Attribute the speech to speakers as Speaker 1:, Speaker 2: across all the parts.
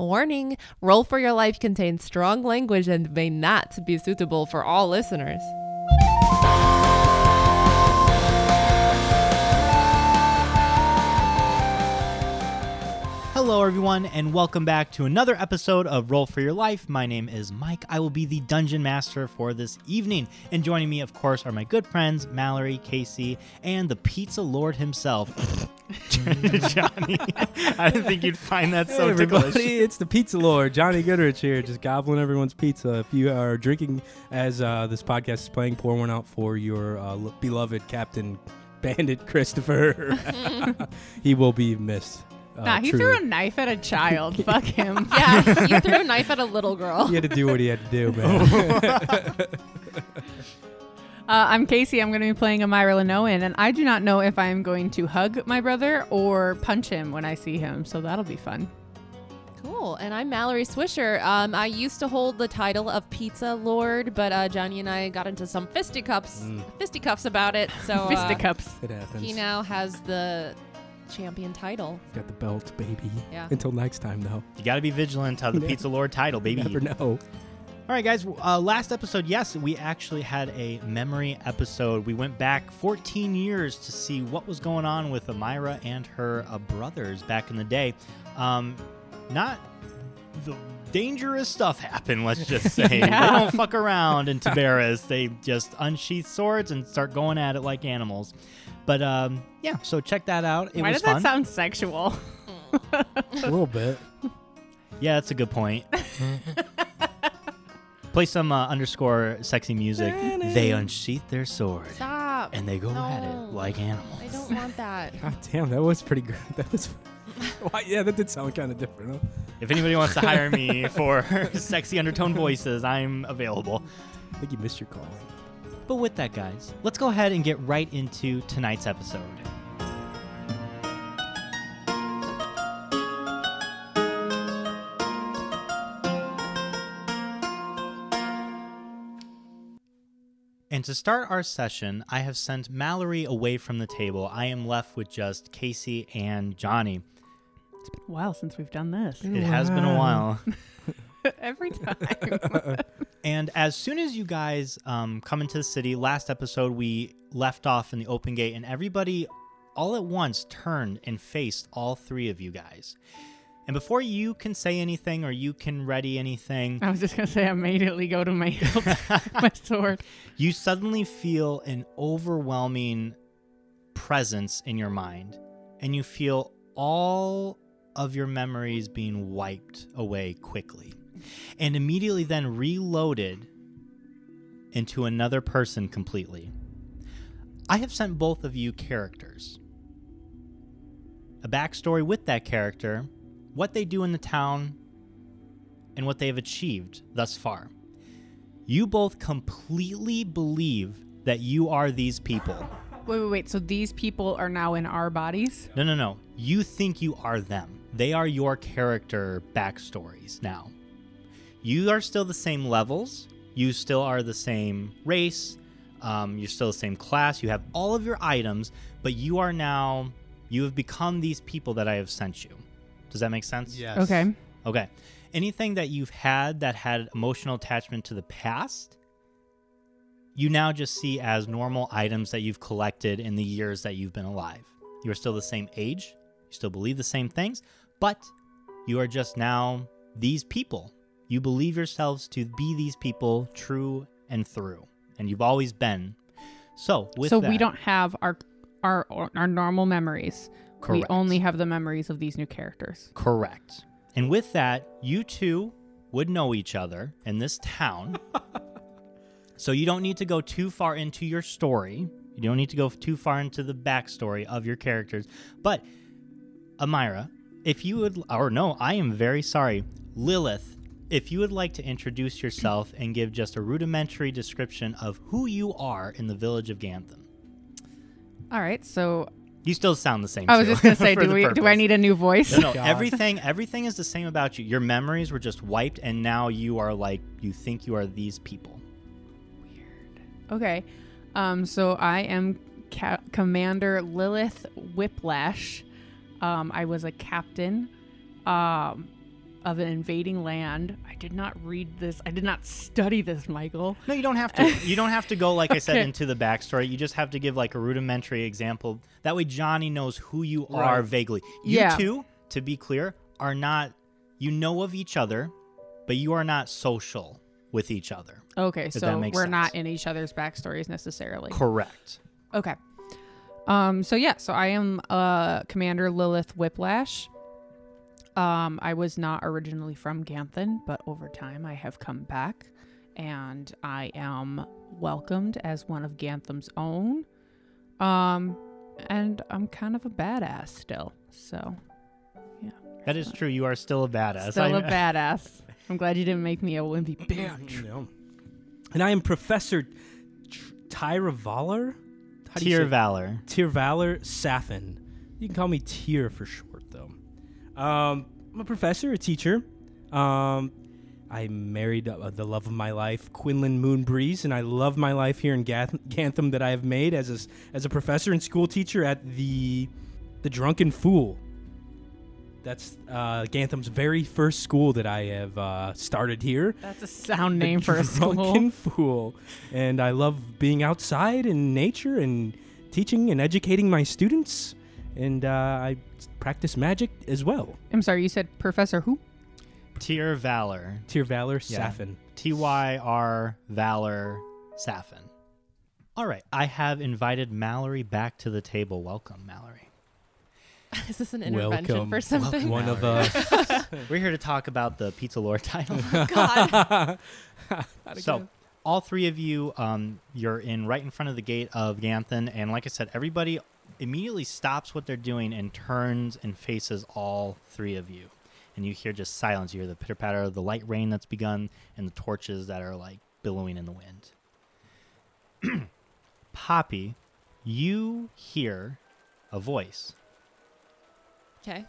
Speaker 1: Warning Roll for Your Life contains strong language and may not be suitable for all listeners.
Speaker 2: Hello, everyone, and welcome back to another episode of Roll for Your Life. My name is Mike. I will be the dungeon master for this evening. And joining me, of course, are my good friends Mallory, Casey, and the pizza lord himself, Johnny. I didn't think you'd find that so
Speaker 3: hey
Speaker 2: ticklish.
Speaker 3: everybody, it's the Pizza Lord, Johnny Goodrich here, just gobbling everyone's pizza. If you are drinking as uh, this podcast is playing, pour one out for your uh, l- beloved Captain Bandit Christopher. he will be missed. Uh,
Speaker 4: Nah, he
Speaker 3: truly.
Speaker 4: threw a knife at a child. Fuck him.
Speaker 1: Yeah, you threw a knife at a little girl.
Speaker 3: He had to do what he had to do, man.
Speaker 4: Uh, I'm Casey. I'm going to be playing Amira Lenoan, and I do not know if I am going to hug my brother or punch him when I see him. So that'll be fun.
Speaker 1: Cool. And I'm Mallory Swisher. Um, I used to hold the title of Pizza Lord, but uh, Johnny and I got into some fisticuffs, fisticuffs about it. So uh,
Speaker 4: Fisticuffs.
Speaker 3: Mm, it happens.
Speaker 1: he now has the champion title.
Speaker 3: Got the belt, baby.
Speaker 1: Yeah.
Speaker 3: Until next time, though.
Speaker 2: You got to be vigilant of the pizza lord title, baby.
Speaker 3: Never know.
Speaker 2: All right, guys. Uh, last episode, yes, we actually had a memory episode. We went back 14 years to see what was going on with Amira and her uh, brothers back in the day. Um, not the dangerous stuff happened. Let's just say they don't fuck around in Tabaris. they just unsheath swords and start going at it like animals. But um, yeah, so check that out. It
Speaker 4: Why
Speaker 2: was
Speaker 4: does
Speaker 2: fun.
Speaker 4: that sound sexual?
Speaker 3: A little bit.
Speaker 2: yeah, that's a good point. Play some uh, underscore sexy music. They unsheath their sword.
Speaker 1: Stop.
Speaker 2: and they go at
Speaker 1: No.
Speaker 2: it like animals.
Speaker 1: I don't want that.
Speaker 3: God damn, that was pretty good. That was. Why, yeah, that did sound kind of different, huh?
Speaker 2: If anybody wants to hire me for sexy undertone voices, I'm available.
Speaker 3: I think you missed your calling.
Speaker 2: But with that, guys, let's go ahead and get right into tonight's episode. And to start our session, I have sent Mallory away from the table. I am left with just Casey and Johnny.
Speaker 4: It's been a while since we've done this.
Speaker 2: It has been a while.
Speaker 4: Every time.
Speaker 2: And as soon as you guys um, come into the city, last episode we left off in the open gate, and everybody all at once turned and faced all three of you guys. And before you can say anything or you can ready anything,
Speaker 4: I was just going to say, I immediately go to my hilt, my sword.
Speaker 2: you suddenly feel an overwhelming presence in your mind, and you feel all of your memories being wiped away quickly, and immediately then reloaded into another person completely. I have sent both of you characters. A backstory with that character, what they do in the town, and what they have achieved thus far. You both completely believe that you are these people.
Speaker 4: Wait, wait, wait. So these people are now in our bodies?
Speaker 2: No, no, no. You think you are them. They are your character backstories now. You are still the same levels. You still are the same race. Um, you're still the same class. You have all of your items, but you are now, you have become these people that I have sent you. Does that make sense?
Speaker 3: Yes.
Speaker 4: Okay.
Speaker 2: Okay. Anything that you've had that had emotional attachment to the past, you now just see as normal items that you've collected in the years that you've been alive. You are still the same age, you still believe the same things, but you are just now these people. You believe yourselves to be these people true and through, and you've always been. So, with
Speaker 4: so
Speaker 2: that,
Speaker 4: we don't have our, our our normal memories. We
Speaker 2: Correct.
Speaker 4: only have the memories of these new characters.
Speaker 2: Correct. And with that, you two would know each other in this town. so you don't need to go too far into your story. You don't need to go too far into the backstory of your characters. But, Amira, if you would, or no, I am very sorry. Lilith, if you would like to introduce yourself and give just a rudimentary description of who you are in the village of Gantham.
Speaker 4: All right. So
Speaker 2: You still sound the same.
Speaker 4: I was
Speaker 2: too,
Speaker 4: just gonna say,
Speaker 2: for
Speaker 4: do
Speaker 2: the
Speaker 4: we do I
Speaker 2: purpose.
Speaker 4: need a new voice?
Speaker 2: No, no,
Speaker 3: God.
Speaker 2: everything everything is the same about you. Your memories were just wiped and now you are like you think you are these people.
Speaker 4: okay. Um. So I am Ca- Commander Lilith Whiplash. Um. I was a captain. Um. of an invading land. I did not read this. I did not study this, Michael.
Speaker 2: No, you don't have to. You don't have to go like I said
Speaker 4: Okay.
Speaker 2: into the backstory. You just have to give like a rudimentary example. That way, Johnny knows who you are
Speaker 3: Right.
Speaker 2: vaguely. You
Speaker 4: Yeah.
Speaker 2: two, to be clear, are not. You know of each other, but you are not social with each other.
Speaker 4: Okay,
Speaker 2: that
Speaker 4: so
Speaker 2: make
Speaker 4: we're
Speaker 2: sense?
Speaker 4: not in each other's backstories necessarily.
Speaker 2: Correct.
Speaker 4: Okay. Um, so yeah, so I am uh Commander Lilith Whiplash. Um, I was not originally from Ganthan, but over time I have come back and I am welcomed as one of Gantham's own. Um and I'm kind of a badass still. So
Speaker 2: That is true. You are still a badass.
Speaker 4: still
Speaker 2: I-
Speaker 4: a badass. I'm glad you didn't make me a wimpy bitch.
Speaker 3: No. Mm-hmm. And I am Professor Tr- Tyra Valor? How do you
Speaker 2: Tier
Speaker 3: say-
Speaker 2: Valor.
Speaker 3: Tyr Valor Safin. You can call me Tyr for short, though. Um, I'm a professor, a teacher. Um, I married uh, the love of my life, Quinlan Moonbreeze, and I love my life here in Gath- Gantham that I have made as a, s- as a professor and school teacher at the the Drunken Fool. That's uh, Gantham's very first school that I have uh, started here.
Speaker 4: That's a sound
Speaker 3: The
Speaker 4: name for a
Speaker 3: drunken
Speaker 4: school.
Speaker 3: fool. And I love being outside in nature and teaching and educating my students. And uh, I practice magic as well.
Speaker 4: I'm sorry, you said Professor who?
Speaker 2: Tier Valor.
Speaker 3: Tyr Valor
Speaker 2: Yeah.
Speaker 3: Safin.
Speaker 2: T Y R Valor Safin. All right. I have invited Mallory back to the table. Welcome, Mallory.
Speaker 1: Is this an intervention
Speaker 3: Welcome.
Speaker 1: for something?
Speaker 3: One of uh,
Speaker 2: Mallory.
Speaker 3: us.
Speaker 2: We're here to talk about the Pizza Lore title.
Speaker 1: God.
Speaker 2: so, all three of you, um, you're in right in front of the gate of Ganthan, and like I said, everybody immediately stops what they're doing and turns and faces all three of you. And you hear just silence. You hear the pitter patter of the light rain that's begun and the torches that are like billowing in the wind. Poppy, you hear a voice.
Speaker 1: Okay.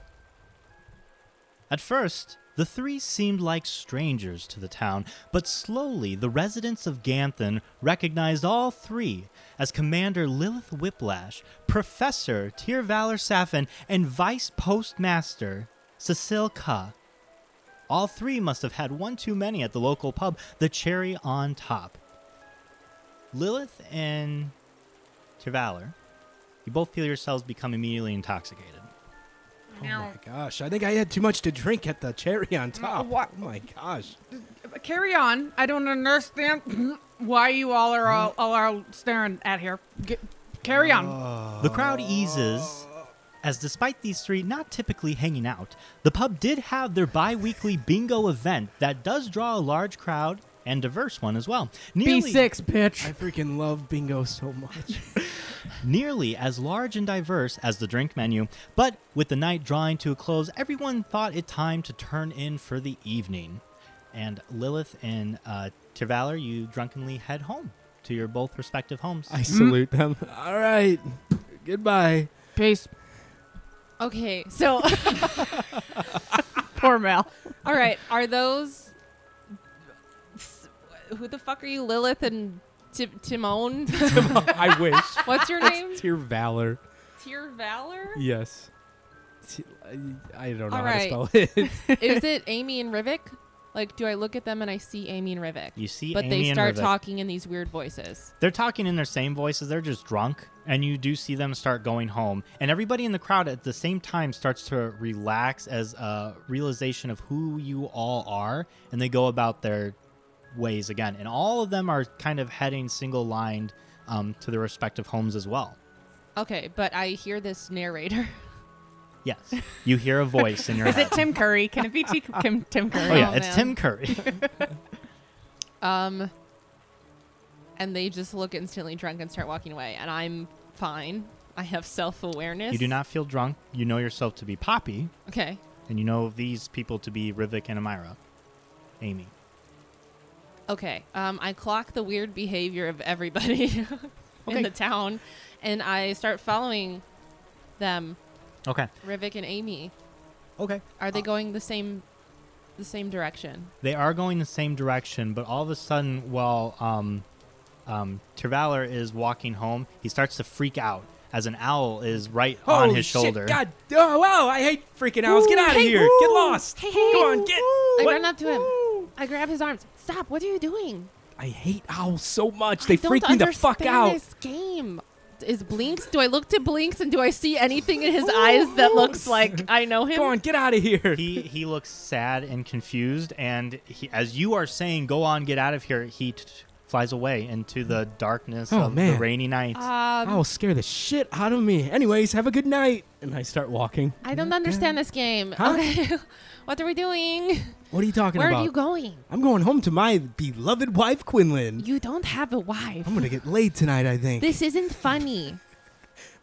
Speaker 2: At first, the three seemed like strangers to the town, but slowly the residents of Ganthan recognized all three as Commander Lilith Whiplash, Professor Tyr Valor Safin, and Vice Postmaster Cecil Ka. All three must have had one too many at the local pub, the cherry on top. Lilith and Tyr Valor, you both feel yourselves become immediately intoxicated.
Speaker 3: oh my gosh. I think I had too much to drink at the cherry on top.
Speaker 4: what-
Speaker 3: Oh my gosh.
Speaker 4: Carry on. I don't understand why you all are all, all are staring at here. G- carry on.
Speaker 2: The crowd eases as, despite these three not typically hanging out, the pub did have their bi weekly bingo event that does draw a large crowd and diverse one as well. Nearly,
Speaker 4: bitch.
Speaker 3: I freaking love bingo so much.
Speaker 2: nearly as large and diverse as the drink menu, but with the night drawing to a close, everyone thought it time to turn in for the evening. And Lilith and uh, Tivalor, you drunkenly head home to your both respective homes.
Speaker 3: I salute them. All right. Goodbye.
Speaker 4: Peace.
Speaker 1: Okay. So,
Speaker 4: Poor Mel.
Speaker 1: all right. Are those. s- Who the fuck are you, Lilith and Ti- Timon?
Speaker 3: I wish.
Speaker 1: What's your name?
Speaker 3: Tyr Valor.
Speaker 1: Tier Valor?
Speaker 3: Yes. T- I I don't know how
Speaker 1: All right.
Speaker 3: to spell it.
Speaker 1: Is it Amy and Rivik? Like, do I look at them and I see Amy and Rivik?
Speaker 2: you see,
Speaker 1: but
Speaker 2: Amy
Speaker 1: they
Speaker 2: and
Speaker 1: start
Speaker 2: Rivik.
Speaker 1: talking in these weird voices.
Speaker 2: They're talking in their same voices. They're just drunk. And you do see them start going home. And everybody in the crowd at the same time starts to relax as a realization of who you all are. And they go about their ways again. And all of them are kind of heading single lined um, to their respective homes as well.
Speaker 1: Okay, but I hear this narrator.
Speaker 2: Yes. You hear a voice in your
Speaker 4: Is
Speaker 2: head.
Speaker 4: it Tim Curry? Can it be T- Tim, Tim Curry?
Speaker 2: oh, yeah.
Speaker 1: Oh,
Speaker 2: it's
Speaker 1: man.
Speaker 2: Tim Curry.
Speaker 1: Um, and they just look instantly drunk and start walking away. And I'm fine. I have self awareness.
Speaker 2: you do not feel drunk. You know yourself to be Poppy.
Speaker 1: Okay.
Speaker 2: And you know these people to be Rivik and Amira. Amy.
Speaker 1: Okay. Um, I clock the weird behavior of everybody
Speaker 2: Okay.
Speaker 1: in the town, and I start following them,
Speaker 2: Okay.
Speaker 1: Rivik and Amy.
Speaker 2: Okay.
Speaker 1: Are
Speaker 5: Uh.
Speaker 1: they going the same, the same direction?
Speaker 2: they are going the same direction, but all of a sudden, while um, um, Tervalor is walking home, he starts to freak out as an owl is right
Speaker 3: Holy
Speaker 2: on his shoulder.
Speaker 3: Shit, God. Oh, wow. I hate freaking owls. Get out of
Speaker 5: hey,
Speaker 3: here. Get
Speaker 5: woo.
Speaker 3: lost.
Speaker 5: Hey, hey,
Speaker 3: Come
Speaker 5: hey,
Speaker 3: on, get.
Speaker 5: I
Speaker 3: What?
Speaker 5: run up to him. I grab his arms. Stop! What are you doing?
Speaker 3: I hate owls so much.
Speaker 5: I
Speaker 3: They
Speaker 5: don't
Speaker 3: freak me the fuck
Speaker 5: understand
Speaker 3: out.
Speaker 5: This game is Blinks. Do I look to Blinks and do I see anything in his eyes that looks like I know him?
Speaker 3: Come on, get out of here.
Speaker 2: He he looks sad and confused, and he, as you are saying, "Go on, get out of here," he t- flies away into the darkness
Speaker 3: Oh,
Speaker 2: of
Speaker 3: man.
Speaker 2: the rainy night.
Speaker 5: Um,
Speaker 3: Owls scare the shit out of me. Anyways, have a good night. And I start walking.
Speaker 5: I don't understand this game.
Speaker 3: Huh?
Speaker 5: Okay, what are we doing?
Speaker 3: What are you talking
Speaker 5: Where
Speaker 3: about?
Speaker 5: are you going?
Speaker 3: I'm going home to my beloved wife, Quinlan.
Speaker 5: You don't have a wife.
Speaker 3: I'm gonna get laid tonight. I think.
Speaker 5: This isn't funny.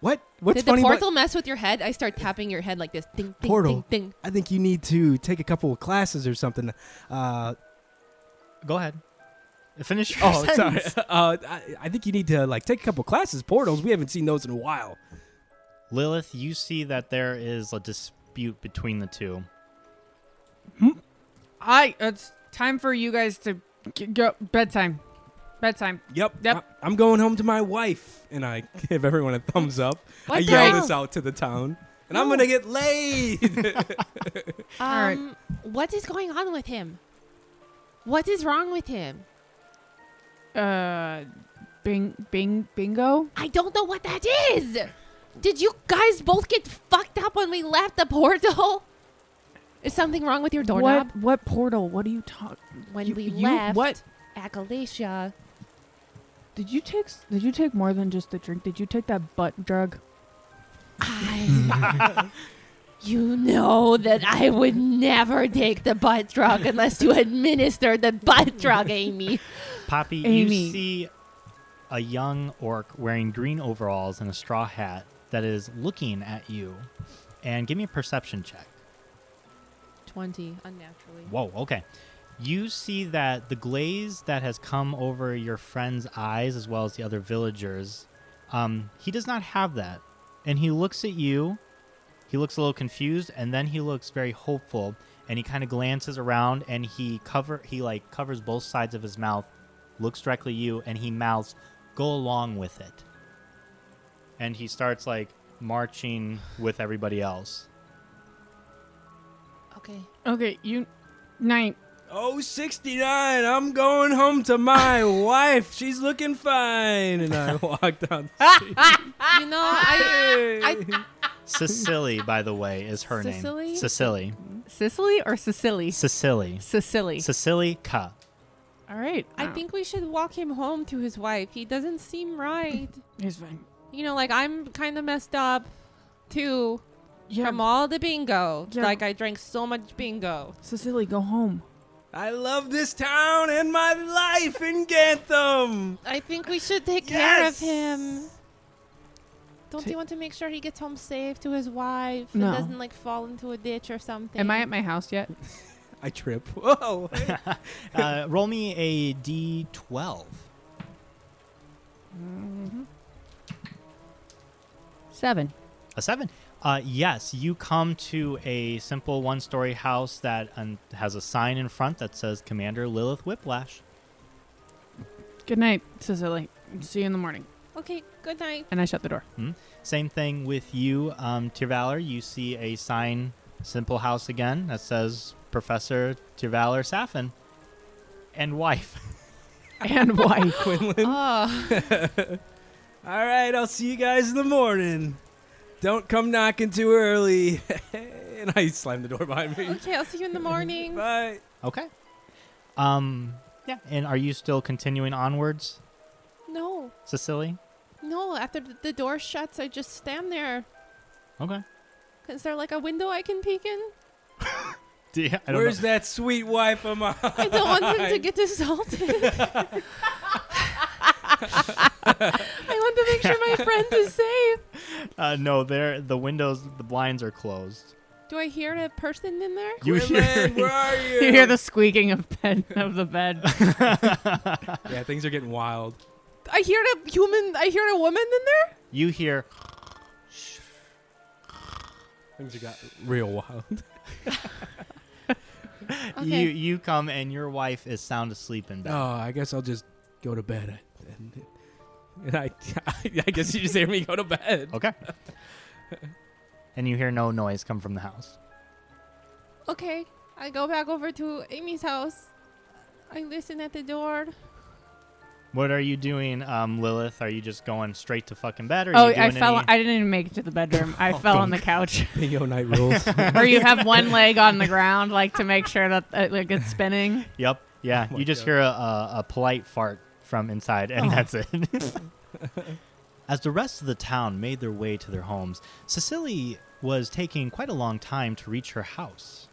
Speaker 3: what? What's
Speaker 5: Did
Speaker 3: funny?
Speaker 5: the
Speaker 3: about-
Speaker 5: portal mess with your head? I start tapping your head like this. Ding, ding,
Speaker 3: Portal.
Speaker 5: ding, ding.
Speaker 3: I think you need to take a couple of classes or something. Uh,
Speaker 2: Go ahead, finish. Your
Speaker 3: oh, sorry.
Speaker 2: sentence.
Speaker 3: Uh, I, I think you need to like take a couple classes. Portals. We haven't seen those in a while.
Speaker 2: Lilith, you see that there is a dispute between the two.
Speaker 4: I. It's time for you guys to g- go bedtime. Bedtime.
Speaker 3: Yep.
Speaker 4: Yep.
Speaker 3: I, am going home to my wife, and I give everyone a thumbs up. I
Speaker 5: What the
Speaker 3: yell
Speaker 5: hell?
Speaker 3: this out to the town, and I'm gonna get laid.
Speaker 5: Um,
Speaker 4: All right.
Speaker 5: What is going on with him? What is wrong with him?
Speaker 4: Uh, Bing, Bing, Bingo.
Speaker 5: I don't know what that is. Did you guys both get fucked up when we left the portal? Is something wrong with your doorknob?
Speaker 4: What? What portal? What are you talking?
Speaker 5: When
Speaker 4: You-
Speaker 5: we
Speaker 4: you-
Speaker 5: left
Speaker 4: what?
Speaker 5: Acalacia,
Speaker 4: Did you take? s- Did you take more than just the drink? Did you take that butt drug?
Speaker 5: I. you know that I would never take the butt drug unless you administer the butt drug, Amy.
Speaker 2: Poppy,
Speaker 4: Amy.
Speaker 2: you see a young orc wearing green overalls and a straw hat that is looking at you. And give me a perception check.
Speaker 5: 20, unnaturally.
Speaker 2: Whoa, okay. You see that the glaze that has come over your friend's eyes, as well as the other villagers, um, he does not have that. And he looks at you, he looks a little confused, and then he looks very hopeful. And he kind of glances around and he cover he like covers both sides of his mouth, looks directly at you, and he mouths, "Go along with it." And he starts like marching with everybody else.
Speaker 5: Okay.
Speaker 4: Okay, you. Nine.
Speaker 3: Oh, 69, I'm going home to my wife. She's looking fine. And I walked down the street.
Speaker 5: You know, Ah, Oh, I.
Speaker 2: Cecily, by the way, is her
Speaker 5: Cecily?
Speaker 2: name. Cecily.
Speaker 4: Sicily or Sicily?
Speaker 2: Cecily.
Speaker 4: Sicily.
Speaker 2: Cecily Ka.
Speaker 4: All right.
Speaker 5: I think we should walk him home to his wife. He doesn't seem right.
Speaker 4: he's fine.
Speaker 5: You know, like I'm kind of messed up too
Speaker 4: Yeah,
Speaker 5: from all the bingo.
Speaker 4: Yeah.
Speaker 5: Like I drank so much bingo.
Speaker 4: Sicily, go home.
Speaker 3: I love this town and my life in Gantham.
Speaker 5: I think we should take
Speaker 3: Yes!
Speaker 5: care of him. Don't
Speaker 4: Ta-
Speaker 5: you want to make sure he gets home safe to his wife
Speaker 4: No.
Speaker 5: and doesn't like fall into a ditch or something?
Speaker 4: Am I at my house yet?
Speaker 3: I trip. Whoa.
Speaker 2: Uh, roll me a d12. Mm-hmm.
Speaker 4: Seven.
Speaker 2: A seven. Uh, yes, you come to a simple one story house that um, has a sign in front that says Commander Lilith Whiplash.
Speaker 4: Good night, Sicily. See you in the morning.
Speaker 5: Okay, good night.
Speaker 4: And I shut the door.
Speaker 2: Same thing with you, um, Tirvalor. You see a sign, simple house again, that says Professor Tirvalor Safin and wife.
Speaker 4: And wife.
Speaker 3: Quinlan.
Speaker 5: Oh,
Speaker 3: All right, I'll see you guys in the morning. Don't come knocking too early. and I slammed the door behind me.
Speaker 5: okay, I'll see you in the morning.
Speaker 3: Bye.
Speaker 2: Okay. Um, yeah. And are you still continuing onwards,
Speaker 5: No,
Speaker 2: Cecily?
Speaker 5: no, after th- the door shuts, I just stand there.
Speaker 2: Okay.
Speaker 5: Is there like a window I can peek in?
Speaker 2: Do you- I don't know.
Speaker 3: Where's that sweet wife of mine?
Speaker 5: I don't want him to get assaulted. I want to make sure my friend is safe.
Speaker 2: Uh, no, there. The windows, the blinds are closed.
Speaker 5: Do I hear a person in there?
Speaker 2: You hear?
Speaker 3: Quinlan, where are you?
Speaker 4: you hear the squeaking of bed of the bed.
Speaker 3: Yeah, things are getting wild.
Speaker 5: I hear a human. I hear a woman in there.
Speaker 2: You hear?
Speaker 3: Things got real wild.
Speaker 5: Okay.
Speaker 2: You you come and your wife is sound asleep in bed.
Speaker 3: Oh, I guess I'll just go to bed and And I, I guess you just hear me go to bed.
Speaker 2: Okay. and you hear no noise come from the house.
Speaker 1: Okay, I go back over to Amy's house. I listen at the door.
Speaker 2: What are you doing, um, Lilith? Are you just going straight to fucking bed? Or are
Speaker 4: Oh,
Speaker 2: you doing
Speaker 4: I fell.
Speaker 2: Any...
Speaker 4: I didn't even make it to the bedroom. I
Speaker 2: Oh,
Speaker 4: fell on the
Speaker 2: dunk.
Speaker 4: couch.
Speaker 3: Bingo night rules.
Speaker 4: or you have one leg on the ground, like to make sure that uh, like it's spinning.
Speaker 2: Yep. Yeah.
Speaker 3: Oh my
Speaker 2: you just
Speaker 3: God.
Speaker 2: hear a, a, a polite fart from inside,
Speaker 1: Oh.
Speaker 2: and that's it. As the rest of the town made their way to their homes, Cecily was taking quite a long time to reach her house.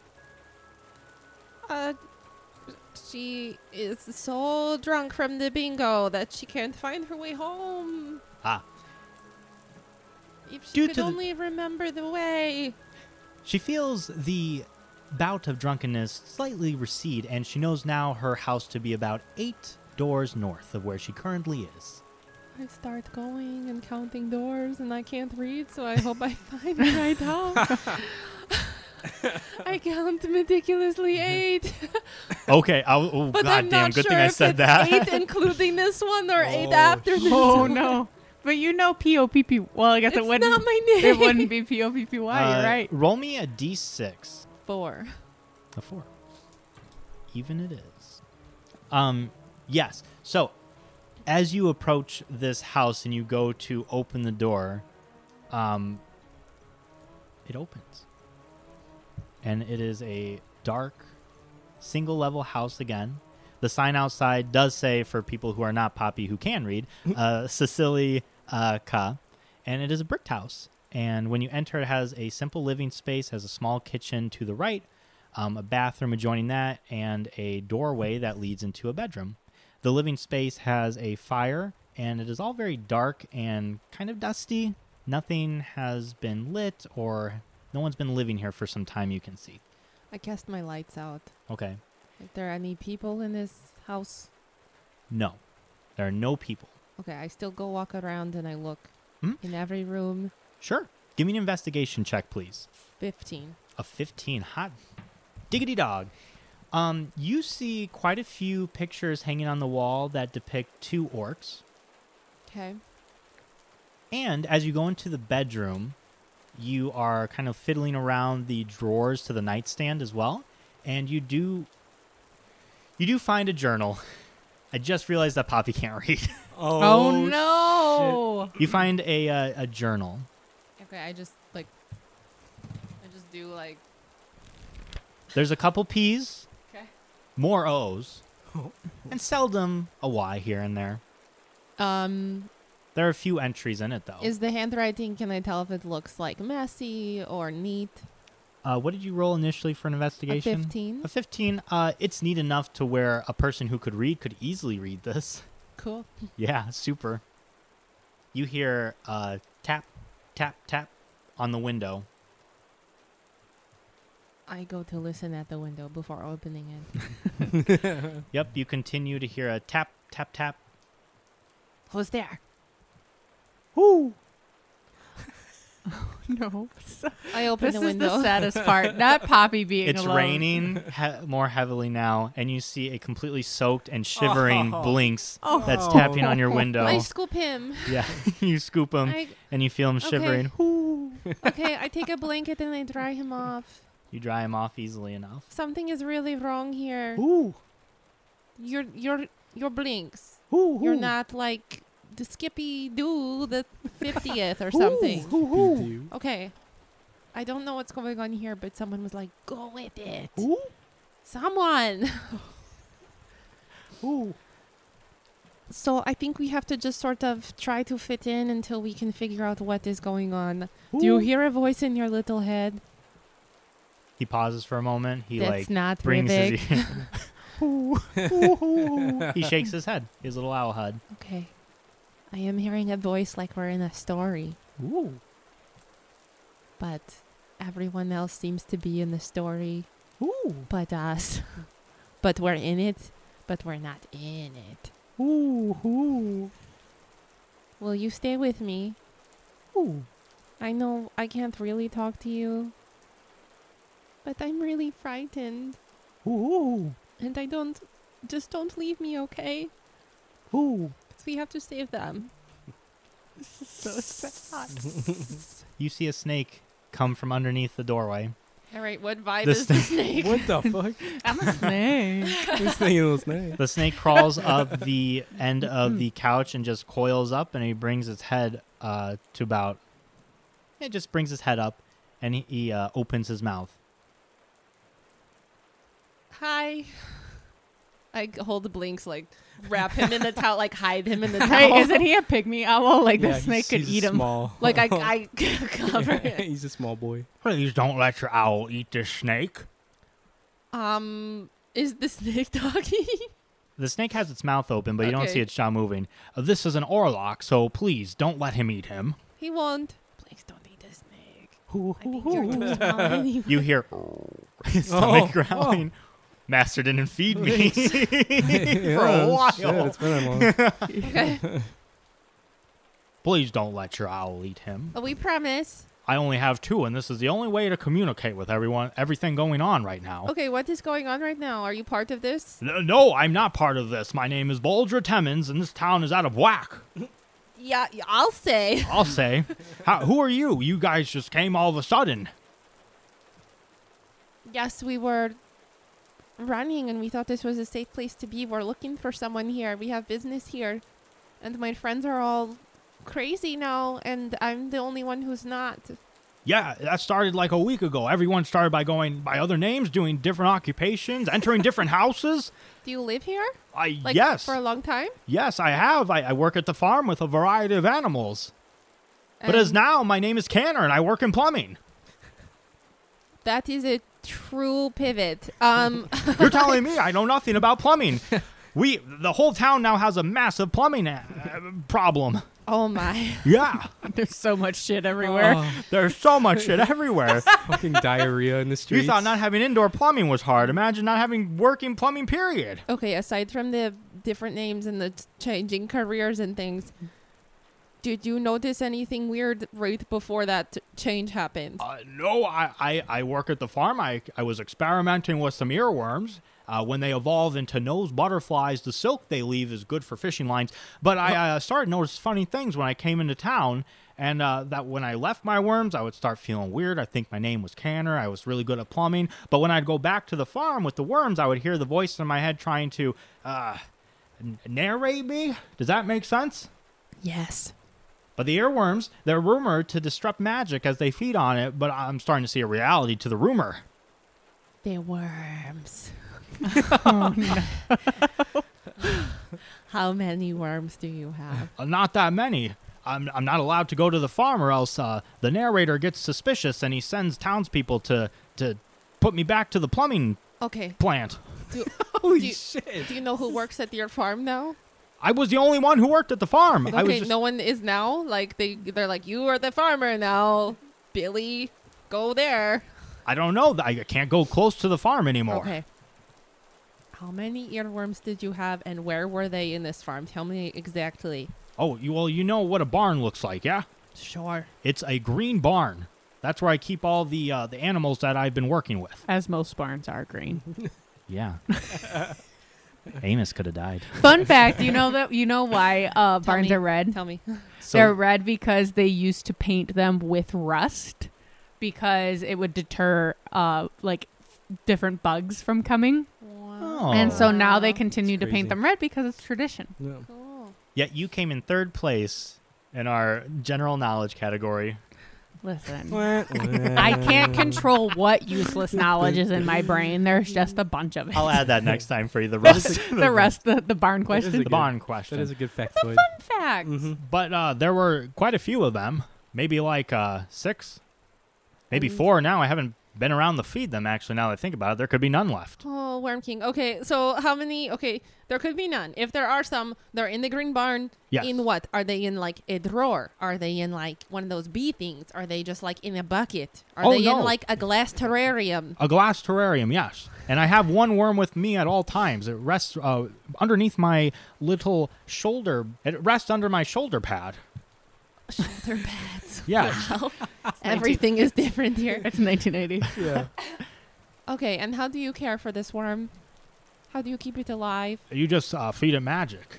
Speaker 1: Uh, she is so drunk from the bingo that she can't find her way home.
Speaker 2: Ah.
Speaker 1: If she
Speaker 2: Due
Speaker 1: could
Speaker 2: to the-
Speaker 1: only remember the way.
Speaker 2: She feels the bout of drunkenness slightly recede, and she knows now her house to be about eight doors north of where she currently is.
Speaker 1: I start going and counting doors, and I can't read, so I hope I find the right house. I count meticulously eight,
Speaker 2: Okay. I, oh,
Speaker 1: but I'm not sure if it's eight, including this one, or eight
Speaker 3: Oh,
Speaker 1: after this.
Speaker 4: Oh
Speaker 1: one.
Speaker 4: no! But you know P O P P. Well, I guess
Speaker 1: it's
Speaker 4: it
Speaker 1: not
Speaker 4: wouldn't.
Speaker 1: my name.
Speaker 4: it wouldn't be P O P P Y.
Speaker 2: Uh,
Speaker 4: you're right.
Speaker 2: Roll me a d6.
Speaker 1: four.
Speaker 2: A four. Even it is. Um, yes. So, as you approach this house and you go to open the door, um, it opens. And it is a dark, single level house again. The sign outside does say, for people who are not Poppy who can read, uh, Cecily uh, Ka. And it is a bricked house. And when you enter, it has a simple living space, has a small kitchen to the right, um, a bathroom adjoining that, and a doorway that leads into a bedroom. The living space has a fire, and it is all very dark and kind of dusty. Nothing has been lit, or no one's been living here for some time, you can see.
Speaker 1: I cast my lights out.
Speaker 2: Okay.
Speaker 1: If there are any people in this house,
Speaker 2: No, there are no people.
Speaker 1: okay, I still go walk around and I look
Speaker 2: Hmm?
Speaker 1: in every room.
Speaker 2: Sure. Give me an investigation check, please.
Speaker 1: Fifteen.
Speaker 2: A 15. Hot diggity dog. Um, you see quite a few pictures hanging on the wall that depict two orcs.
Speaker 1: Okay.
Speaker 2: And as you go into the bedroom, you are kind of fiddling around the drawers to the nightstand as well, and you do you do find a journal. I just realized that Poppy can't read.
Speaker 4: Oh, no!
Speaker 2: you find a uh, a journal.
Speaker 1: Okay, I just like. I just do like.
Speaker 2: There's a couple P's,
Speaker 1: Okay.
Speaker 2: more O's, and seldom a Y here and there.
Speaker 1: Um,
Speaker 2: There are a few entries in it though.
Speaker 1: is the handwriting? Can I tell if it looks like messy or neat?
Speaker 2: uh, what did you roll initially for an
Speaker 1: A
Speaker 2: investigation?
Speaker 1: fifteen.
Speaker 2: A 15. Uh, it's neat enough to where a person who could read could easily read this.
Speaker 1: Cool.
Speaker 2: Yeah, super. You hear uh, tap, tap, tap on the window.
Speaker 1: I go to listen at the window before opening it.
Speaker 2: Yep, you continue to hear a tap, tap, tap.
Speaker 1: Who's there?
Speaker 2: Whoo!
Speaker 4: No.
Speaker 1: I open
Speaker 4: This
Speaker 1: the
Speaker 4: is
Speaker 1: window.
Speaker 4: the saddest part. Not Poppy being
Speaker 2: It's
Speaker 4: alone.
Speaker 2: raining he- more heavily now, and you see a completely soaked and shivering
Speaker 3: Oh.
Speaker 2: Blinks
Speaker 4: Oh.
Speaker 2: that's tapping on your
Speaker 1: I
Speaker 2: window.
Speaker 1: scoop him.
Speaker 2: yeah, you scoop him
Speaker 1: I,
Speaker 2: and you feel him shivering. Whoo!
Speaker 1: okay, I take a blanket and I dry him off.
Speaker 2: You dry him off easily enough.
Speaker 1: Something is really wrong here.
Speaker 2: Ooh!
Speaker 1: Your your your blinks.
Speaker 2: Ooh!
Speaker 1: You're not like the Skippy Doo the fiftieth or something.
Speaker 3: Ooh.
Speaker 1: Okay. I don't know what's going on here, but someone was like, "Go with it."
Speaker 2: Ooh!
Speaker 1: Someone.
Speaker 2: Ooh!
Speaker 1: So I think we have to just sort of try to fit in until we can figure out what is going on. Do you hear a voice in your little head?
Speaker 2: He pauses for a moment. He
Speaker 1: That's
Speaker 2: like
Speaker 1: not
Speaker 2: brings
Speaker 1: Rivik.
Speaker 2: his. e- Ooh, ooh, ooh. he shakes his head, his little owl head.
Speaker 1: Okay. I am hearing a voice like we're in a story,
Speaker 2: Ooh.
Speaker 1: but everyone else seems to be in the story
Speaker 2: Ooh.
Speaker 1: but us. but we're in it, but we're not in it.
Speaker 2: Ooh. Ooh.
Speaker 1: Will you stay with me?
Speaker 2: Ooh.
Speaker 1: I know I can't really talk to you, but I'm really frightened
Speaker 2: Ooh.
Speaker 1: and I don't just don't leave me, okay?
Speaker 2: Ooh.
Speaker 1: Cuz we have to save them.
Speaker 4: This is so sad.
Speaker 2: You see a snake come from underneath the doorway.
Speaker 1: All right, what vibe
Speaker 2: This
Speaker 1: is the snake?
Speaker 3: What the fuck?
Speaker 4: I'm a snake.
Speaker 3: This thing is nice.
Speaker 2: The snake crawls up the end of the couch and just coils up, and he brings his head uh, to about. It just brings his head up, and he, he uh, opens his mouth.
Speaker 1: Hi. I g- hold the blinks, like wrap him in the towel, like hide him in the towel.
Speaker 5: Oh.
Speaker 4: Right? Isn't he a pygmy owl? Like
Speaker 3: Yeah,
Speaker 4: the
Speaker 3: he's-
Speaker 4: snake could
Speaker 3: he's
Speaker 4: eat him.
Speaker 3: Small.
Speaker 1: Like I, I cover
Speaker 3: Yeah,
Speaker 1: him.
Speaker 3: he's a small boy.
Speaker 2: Please don't let your owl eat this snake.
Speaker 1: Um, is the snake doggy?
Speaker 2: The snake has its mouth open, but you don't
Speaker 1: Okay.
Speaker 2: see its jaw moving. Uh, this is an orlock, so please don't let him eat him.
Speaker 1: he won't. Blinks don't eat the snake. I think you're too small anyway.
Speaker 2: You hear his stomach
Speaker 3: Oh, oh.
Speaker 2: growling. Master didn't feed me for
Speaker 3: Yeah,
Speaker 2: a while.
Speaker 3: Oh, shit, it's been that long.
Speaker 1: Okay.
Speaker 2: Please don't let your owl eat him.
Speaker 1: But we promise.
Speaker 2: I only have two, and this is the only way to communicate with everyone. Everything going on right now.
Speaker 1: Okay, what is going on right now? Are you part of this?
Speaker 2: N- No, I'm not part of this. My name is Boldra Temmons, and this town is out of whack.
Speaker 1: Yeah, yeah, I'll say.
Speaker 2: I'll say. How, who are you? You guys just came all of a sudden.
Speaker 1: Yes, we were running and we thought this was a safe place to be. We're looking for someone here. We have business here. And my friends are all crazy now, and I'm the only one who's not.
Speaker 2: Yeah, that started like a week ago. Everyone started by going by other names, doing different occupations, entering different houses.
Speaker 1: Do you live here?
Speaker 2: I
Speaker 1: Like
Speaker 2: yes,
Speaker 1: for a long time?
Speaker 2: yes, I have. I, I work at the farm with a variety of animals. But as
Speaker 1: And
Speaker 2: now, my name is Canner, and I work in plumbing.
Speaker 1: That is a true pivot. Um,
Speaker 2: You're telling me I know nothing about plumbing. We the whole town now has a massive plumbing uh, problem.
Speaker 1: oh my.
Speaker 2: Yeah,
Speaker 4: There's so much shit everywhere.
Speaker 3: Oh,
Speaker 2: there's so much shit everywhere.
Speaker 3: fucking diarrhea in the streets.
Speaker 2: You thought not having indoor plumbing was hard. Imagine not having working plumbing. Period.
Speaker 1: Okay, aside from the different names and the t- changing careers and things, did you notice anything weird right before that t- change happened?
Speaker 2: Uh, no, I, I, I work at the farm. I, I was experimenting with some earworms. Uh, when they evolve into nose butterflies, the silk they leave is good for fishing lines. But I uh, started to notice funny things when I came into town, and uh, that when I left my worms, I would start feeling weird. I think my name was Canner. I was really good at plumbing. But when I'd go back to the farm with the worms, I would hear the voice in my head trying to uh, n- narrate me. Does that make sense?
Speaker 1: Yes.
Speaker 2: But the earworms, they're rumored to disrupt magic as they feed on it, but I'm starting to see a reality to the rumor.
Speaker 1: They're worms.
Speaker 2: Oh,
Speaker 1: How many worms do you have?
Speaker 2: Uh, not that many. I'm, I'm not allowed to go to the farm, or else uh, the narrator gets suspicious and he sends townspeople to, to put me back to the plumbing
Speaker 1: Okay.
Speaker 2: plant.
Speaker 3: Holy
Speaker 1: Do you-
Speaker 3: shit.
Speaker 1: Do you know who works at your farm now?
Speaker 2: I was the only one who worked at the farm. I was
Speaker 1: Okay,
Speaker 2: just,
Speaker 1: no one is now. Like they they're like you are the farmer now. Billy, go there.
Speaker 2: I don't know. I can't go close to the farm anymore.
Speaker 1: Okay. How many earworms did you have and where were they in this farm? Tell me exactly.
Speaker 2: Oh, you, well, you know what a barn looks like, yeah?
Speaker 1: Sure.
Speaker 2: It's a green barn. That's where I keep all the uh, the animals that I've been working with.
Speaker 4: As most barns are green.
Speaker 2: Yeah. Amos could have died.
Speaker 4: Fun fact, you know that you know why uh, barns
Speaker 1: me.
Speaker 4: are red?
Speaker 1: Tell me.
Speaker 2: So,
Speaker 4: They're red because they used to paint them with rust because it would deter uh, like different bugs from coming.
Speaker 2: Oh.
Speaker 1: Wow.
Speaker 4: And so now they
Speaker 1: Wow.
Speaker 4: continue to
Speaker 3: That's crazy.
Speaker 4: paint them red because it's tradition.
Speaker 3: No.
Speaker 1: Cool.
Speaker 2: Yet you came in third place in our general knowledge category.
Speaker 4: Listen. I
Speaker 3: I
Speaker 4: can't control what useless knowledge is in my brain. There's just a bunch of it.
Speaker 2: I'll add that next time for you. The rest,
Speaker 4: the rest, the, the barn question.
Speaker 2: the barn question.
Speaker 3: That is a good factoid.
Speaker 4: fact.
Speaker 3: Mhm.
Speaker 2: but uh, there were quite a few of them. Maybe like uh, six, maybe four. Now I haven't been around to feed them. Actually, now that I think about it, there could be none left.
Speaker 1: Oh, Worm King. Okay, so how many? Okay, there could be none. If there are some, they're in the green barn.
Speaker 2: Yes.
Speaker 1: In what? Are they in like a drawer? Are they in like one of those bee things? Are they just like in a bucket? Are
Speaker 2: Oh,
Speaker 1: they
Speaker 2: no.
Speaker 1: in like a glass terrarium?
Speaker 2: A glass terrarium, yes. And I have one worm with me at all times. It rests uh, underneath my little shoulder. It rests under my shoulder pad.
Speaker 1: Shoulder pads.
Speaker 2: Yeah.
Speaker 1: Wow. Everything is different here.
Speaker 4: It's 1980.
Speaker 3: Yeah.
Speaker 1: Okay, and how do you care for this worm? How do you keep it alive?
Speaker 2: You just uh, feed it magic.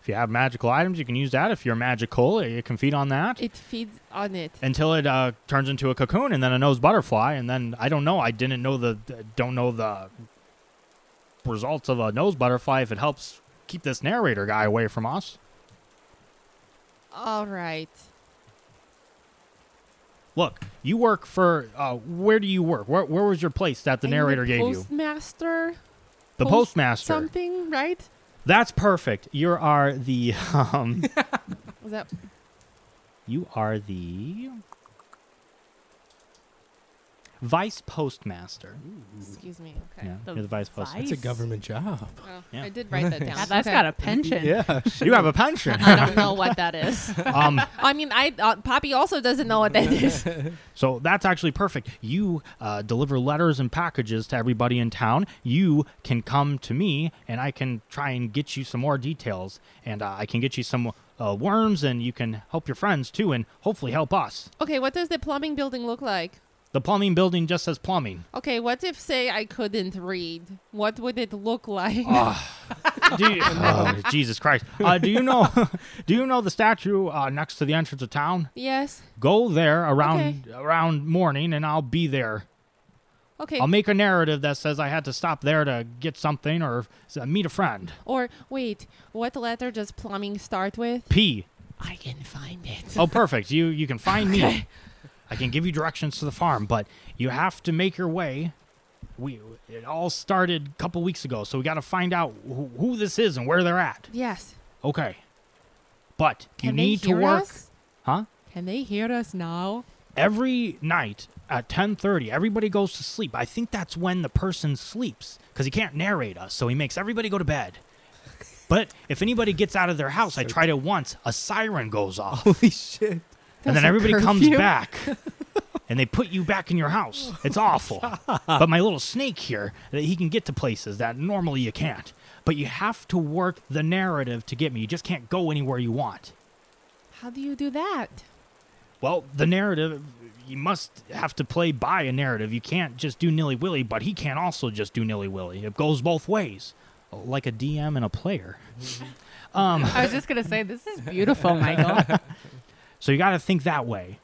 Speaker 2: If you have magical items, you can use that. If you're magical, uh, you can feed on that
Speaker 1: It feeds on it.
Speaker 2: until it uh, turns into a cocoon, and then a nose butterfly, and then I don't know. I didn't know the don't know the results of a nose butterfly if it helps keep this narrator guy away from us.
Speaker 1: All right.
Speaker 2: Look, you work for. Uh, where do you work? Where, where was your place that the
Speaker 1: I'm
Speaker 2: narrator gave you?
Speaker 1: Postmaster,
Speaker 2: The
Speaker 1: post
Speaker 2: postmaster.
Speaker 1: something, right?
Speaker 2: That's perfect. You are the. Um,
Speaker 1: Was that
Speaker 2: you are the. Vice postmaster.
Speaker 1: Excuse me. Okay.
Speaker 2: Yeah,
Speaker 4: The
Speaker 2: you're the vice postmaster.
Speaker 4: vice?
Speaker 3: It's a government job.
Speaker 1: Oh,
Speaker 2: Yeah.
Speaker 1: I did write that down.
Speaker 4: Yeah, that's
Speaker 1: Okay.
Speaker 4: got a pension.
Speaker 3: Yeah.
Speaker 2: You have a pension.
Speaker 4: I don't know what that is.
Speaker 2: um,
Speaker 1: I mean, I uh, Poppy also doesn't know what that is.
Speaker 2: So that's actually perfect. You uh, deliver letters and packages to everybody in town. You can come to me, and I can try and get you some more details, and uh, I can get you some uh, worms, and you can help your friends too, and hopefully help us.
Speaker 1: Okay, what does the plumbing building look like?
Speaker 2: The plumbing building just says plumbing.
Speaker 1: Okay, what if say I couldn't read? What would it look like?
Speaker 2: Ah. Do you- oh, Jesus Christ! Uh, do you know? do you know the statue uh, next to the entrance of town?
Speaker 1: yes.
Speaker 2: Go there around around morning, and I'll be there.
Speaker 1: Okay.
Speaker 2: I'll make a narrative that says I had to stop there to get something or uh, meet a friend.
Speaker 1: or wait, what letter does plumbing start with?
Speaker 2: P.
Speaker 1: I can find it.
Speaker 2: Oh, perfect. You you can find me. I can give you directions to the farm, but you have to make your way. We it all started a couple weeks ago, so we got to find out who, who this is and where they're at.
Speaker 1: Yes.
Speaker 2: Okay. But
Speaker 1: Can
Speaker 2: you
Speaker 1: they
Speaker 2: need to
Speaker 1: hear
Speaker 2: work,
Speaker 1: us?
Speaker 2: huh?
Speaker 1: Can they hear us now?
Speaker 2: Every night at 10:30, everybody goes to sleep. I think that's when the person sleeps cuz he can't narrate us, so he makes everybody go to bed. But if anybody gets out of their house, I tried it once, a siren goes off.
Speaker 3: Holy shit.
Speaker 2: and then
Speaker 1: There's a
Speaker 2: everybody comes
Speaker 1: curfew. Oh
Speaker 2: back and they put you back in your house it's awful but my little snake here that he can get to places that normally you can't but you have to work the narrative to get me you just can't go anywhere you want
Speaker 1: How do you do that?
Speaker 2: well the narrative you must have to play by a narrative you can't just do nilly-willy but he can't also just do nilly-willy it goes both ways like a dm and a player
Speaker 1: Mm-hmm.
Speaker 2: um
Speaker 4: I was just gonna say this is beautiful, Michael.
Speaker 2: so you got to think that way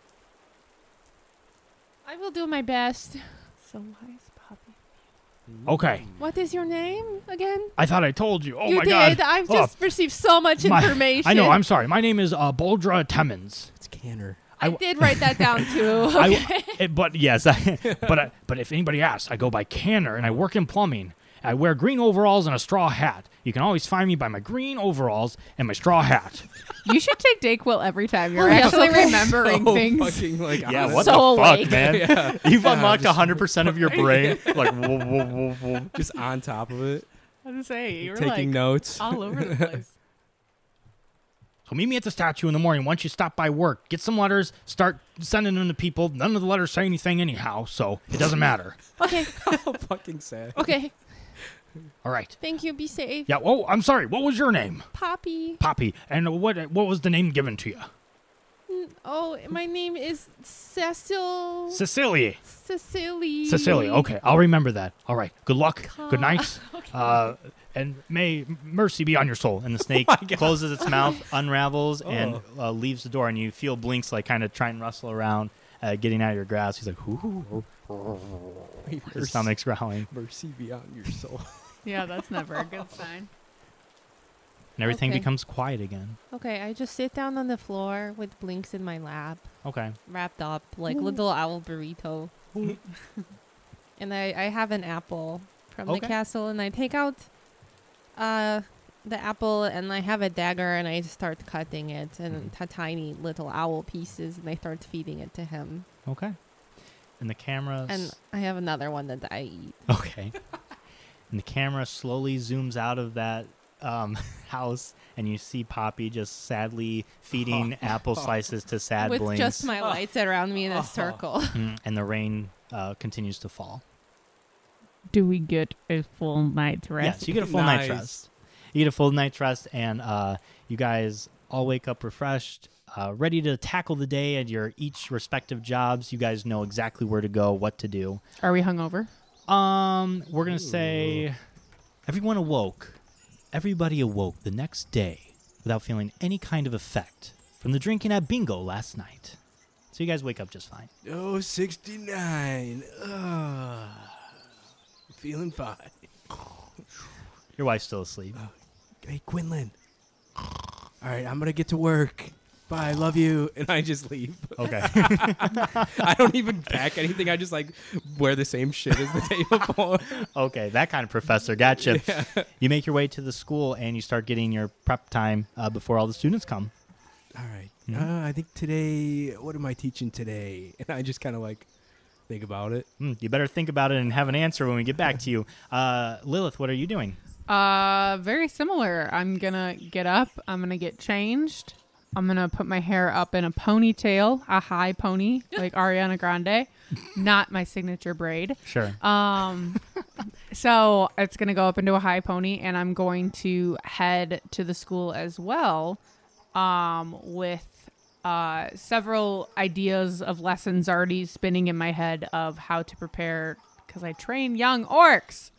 Speaker 1: I will do my best.
Speaker 4: so wise, Poppy.
Speaker 2: okay
Speaker 1: What is your name again?
Speaker 2: i thought i told you oh
Speaker 1: you
Speaker 2: my
Speaker 1: did.
Speaker 2: god
Speaker 1: I've
Speaker 2: Oh.
Speaker 1: just received so much
Speaker 2: My-
Speaker 1: information.
Speaker 2: I know. I'm sorry. My name is uh, Boldra Temmons.
Speaker 3: It's Canner.
Speaker 1: I
Speaker 2: I w-
Speaker 1: did write that down too.
Speaker 2: I w- it- but yes, I, but I, but if anybody asks, I go by Canner, and I work in plumbing. I wear green overalls and a straw hat. You can always find me by my green overalls and my straw hat.
Speaker 4: You should take Dayquil every time. You're
Speaker 1: Oh, yeah.
Speaker 4: actually remembering
Speaker 3: so
Speaker 4: things.
Speaker 3: Oh, fucking like honest.
Speaker 4: what the So fuck, awake.
Speaker 2: man?
Speaker 3: Yeah,
Speaker 2: You've
Speaker 3: Yeah, unlocked just-
Speaker 2: 100% of your brain. Like,
Speaker 3: just on top of it,
Speaker 4: I was gonna say you were
Speaker 3: taking
Speaker 4: like
Speaker 3: notes.
Speaker 4: all over the place.
Speaker 2: so meet me at the statue in the morning. Once you stop by work, get some letters, start sending them to people. None of the letters say anything anyhow, so it doesn't matter.
Speaker 1: okay.
Speaker 3: How fucking sad.
Speaker 1: Okay.
Speaker 2: All right.
Speaker 1: Thank you. Be safe.
Speaker 2: Yeah. Oh, I'm sorry. What was your name?
Speaker 1: Poppy.
Speaker 2: Poppy. And what what was the name given to you?
Speaker 1: Mm, Oh, my name is Cecil.
Speaker 2: Cecilia.
Speaker 1: Cecily.
Speaker 2: Cecilia. Okay, I'll remember that. All right. Good luck. Good night.
Speaker 1: Okay. Oh
Speaker 2: Uh, and may mercy be on your soul. And the snake closes its mouth, unravels, and uh, leaves the door. And you feel Blinks like kind of try and rustle around, uh, getting out of your grasp. He's like, "Ooh," his stomach's growling,
Speaker 3: Mercy beyond your soul.
Speaker 4: Yeah, that's never a good sign.
Speaker 2: and everything
Speaker 1: Okay.
Speaker 2: becomes quiet again.
Speaker 1: Okay, I just sit down on the floor with Blinks in my lap,
Speaker 2: Okay.
Speaker 1: wrapped up like little owl burrito. and I, I have an apple from
Speaker 2: Okay.
Speaker 1: the castle, and I take out uh, the apple, and I have a dagger, and I start cutting it in t- tiny little owl pieces, and I start feeding it to him.
Speaker 2: Okay. And the camera.
Speaker 1: And I have another one that I eat.
Speaker 2: Okay. and the camera slowly zooms out of that um, house, and you see Poppy just sadly feeding apple slices to sad
Speaker 1: with
Speaker 2: blinks.
Speaker 1: just my lights around me in a circle.
Speaker 2: Mm, and the rain uh, continues to fall.
Speaker 4: Do we get a full night's
Speaker 2: Yes, you get a full
Speaker 3: Nice.
Speaker 2: night rest. You get a full night rest, and uh, you guys all wake up refreshed, uh, ready to tackle the day at your each respective jobs. You guys know exactly where to go, what to do.
Speaker 4: Are we hungover?
Speaker 2: Um, we're gonna say everyone awoke. Everybody awoke the next day without feeling any kind of effect from the drinking at bingo last night. So you guys wake up just fine.
Speaker 3: Oh, 69. Ugh. Feeling fine.
Speaker 2: Your wife's still asleep.
Speaker 3: Hey, Quinlan. All right, I'm going to get to work. Bye, love you. And I just leave.
Speaker 2: Okay.
Speaker 3: I don't even pack anything. I just like wear the same shit as the day before.
Speaker 2: okay, that kind of professor. Gotcha. You make your way to the school and you start getting your prep time uh, before all the students come.
Speaker 3: All right.
Speaker 2: Mhm.
Speaker 3: Uh, I think today, what am I teaching today? And I just kind of like think about it.
Speaker 2: Hmm, you better think about it and have an answer when we get back to you. Uh, Lilith, what are you doing?
Speaker 4: Uh, very similar. I'm gonna get up. I'm gonna get changed. I'm gonna put my hair up in a ponytail, a high pony, like Ariana Grande, not my signature braid.
Speaker 2: Sure.
Speaker 4: Um, so it's gonna go up into a high pony, and I'm going to head to the school as well, um, with uh, several ideas of lessons already spinning in my head of how to prepare because I train young orcs.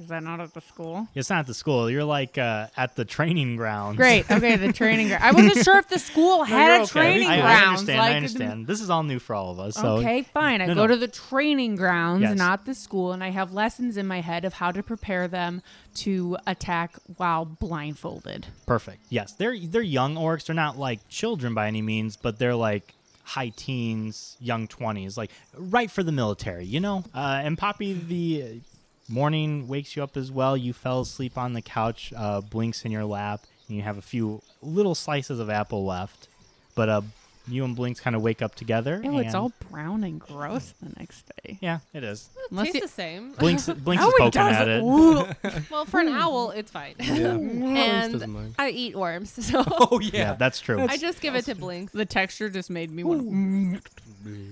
Speaker 4: Is that not at the school?
Speaker 2: it's not at the school. You're like uh, at the training grounds.
Speaker 4: Great. Okay, the training ground. I wasn't sure if the school had a
Speaker 2: I-
Speaker 4: training
Speaker 2: I,
Speaker 4: grounds.
Speaker 2: understand.
Speaker 4: like, mm,
Speaker 2: I understand. This is all new for all of us. So
Speaker 4: Okay, fine. I
Speaker 2: No,
Speaker 4: go
Speaker 2: no.
Speaker 4: to the training grounds,
Speaker 2: Yes.
Speaker 4: not the school, and I have lessons in my head of how to prepare them to attack while blindfolded.
Speaker 2: perfect. Yes, they're they're young orcs. They're not like children by any means, but they're like high teens, young twenties, like right for the military. You know. Uh, and Poppy, the morning wakes you up as well. You fell asleep on the couch, uh, blinks in your lap, and you have a few little slices of apple left. But uh, you and Blinks kind of wake up together.
Speaker 4: Ew, it's
Speaker 2: and-
Speaker 4: all brown and gross the next day.
Speaker 2: Yeah, it is.
Speaker 4: Unless
Speaker 1: Tastes
Speaker 4: you-
Speaker 1: the same.
Speaker 2: Blinks, Blinks
Speaker 4: Oh,
Speaker 2: is
Speaker 4: it
Speaker 2: poking
Speaker 4: does-
Speaker 2: at it.
Speaker 4: Ooh.
Speaker 1: well, for an owl, it's fine.
Speaker 3: Yeah.
Speaker 1: And-
Speaker 3: doesn't mind.
Speaker 1: I eat worms, so
Speaker 3: Oh,
Speaker 2: Yeah,
Speaker 3: yeah.
Speaker 2: that's true.
Speaker 1: I just give it to Blink.
Speaker 4: the texture just made me want.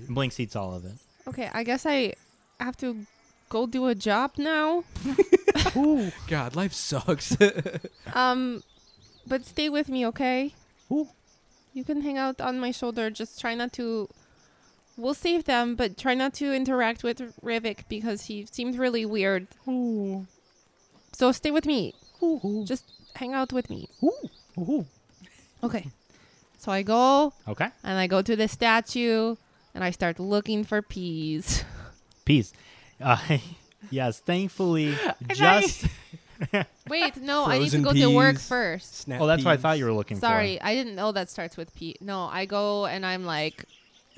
Speaker 2: Blinks eats all of it.
Speaker 1: Okay, I guess I have to go do a job now.
Speaker 3: Ooh, God, life sucks.
Speaker 1: Um, but stay with me, okay?
Speaker 2: Ooh.
Speaker 1: You can hang out on my shoulder. Just try not to. We'll save them, but try not to interact with Rivik because he seemed really weird.
Speaker 4: Ooh.
Speaker 1: So stay with me. Just hang out with me. Okay. So I go
Speaker 2: Okay.
Speaker 1: and I go to the statue and I start looking for peas.
Speaker 2: Peace. Uh, yes, thankfully,
Speaker 4: I thought
Speaker 2: just.
Speaker 1: Wait, no, I need to
Speaker 3: Frozen
Speaker 1: go to work
Speaker 3: peas.
Speaker 1: first.
Speaker 3: Snap
Speaker 2: Oh, that's what I
Speaker 3: peas.
Speaker 2: thought you were looking
Speaker 1: Sorry, I didn't know that starts with P. No, I go and I'm like,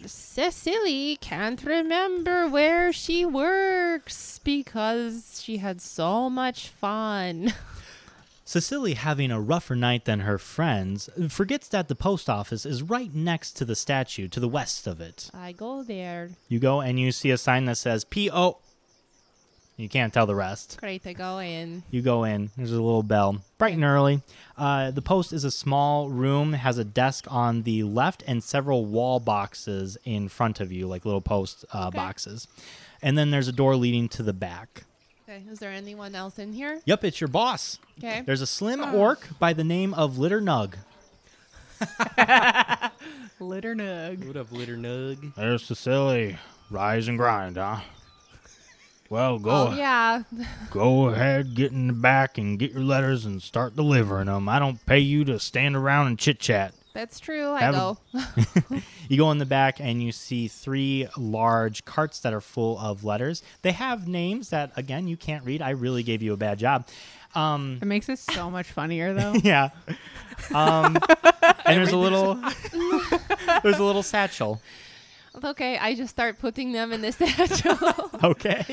Speaker 1: Cecily can't remember where she works because she had so much fun.
Speaker 2: for. Cecily, having a rougher night than her friends, uh, forgets that the post office is right next to the statue to the west of it.
Speaker 1: I go there.
Speaker 2: You go and you see a sign that says P.O. You can't tell the rest.
Speaker 1: Great, I go in.
Speaker 2: You go in. There's a little bell, bright and early. Uh, the post is a small room, has a desk on the left and several wall boxes in front of you, like little post uh, boxes. And then there's a door leading to the back.
Speaker 1: Okay, is there anyone else in here?
Speaker 2: Yep, it's your boss.
Speaker 1: Okay.
Speaker 2: There's a slim orc by the name of Litter Nug.
Speaker 4: Litter nug.
Speaker 3: What up, litter nug?
Speaker 2: There's Cecily. Rise and grind, huh? Well, go
Speaker 1: Oh, yeah.
Speaker 2: go ahead, get in the back and get your letters and start delivering them. I don't pay you to stand around and chit chat.
Speaker 1: That's true. I
Speaker 2: Have a-
Speaker 1: go.
Speaker 2: You go in the back and you see three large carts that are full of letters. They have names that, again, you can't read. I really gave you a bad job. Um,
Speaker 4: It makes it so much funnier though.
Speaker 2: yeah. Um, and there's a little, there's a little satchel.
Speaker 1: Okay, I just start putting them in the statue.
Speaker 2: Okay.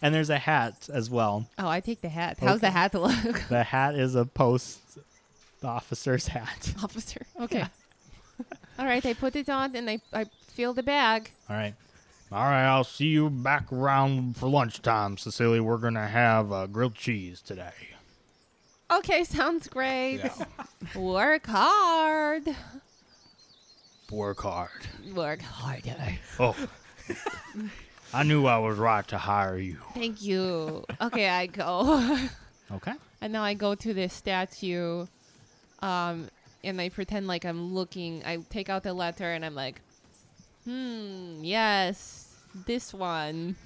Speaker 2: And there's a hat as well.
Speaker 1: oh, I take the hat. How's the hat look,
Speaker 2: The hat is a post officer's hat.
Speaker 1: officer? Okay. All right, I put it on and I, I feel the bag.
Speaker 2: All right. All right, I'll see you back around for lunchtime, Cecilia. We're going to have uh, grilled cheese today.
Speaker 1: Okay, sounds great. Work hard.
Speaker 2: Work hard.
Speaker 1: Work harder.
Speaker 2: Oh. I knew I was right to hire you.
Speaker 1: Thank you. Okay, I go.
Speaker 2: Okay.
Speaker 1: and now I go to this statue. Um, and I pretend like I'm looking. I take out the letter and I'm like, hmm, yes, this one.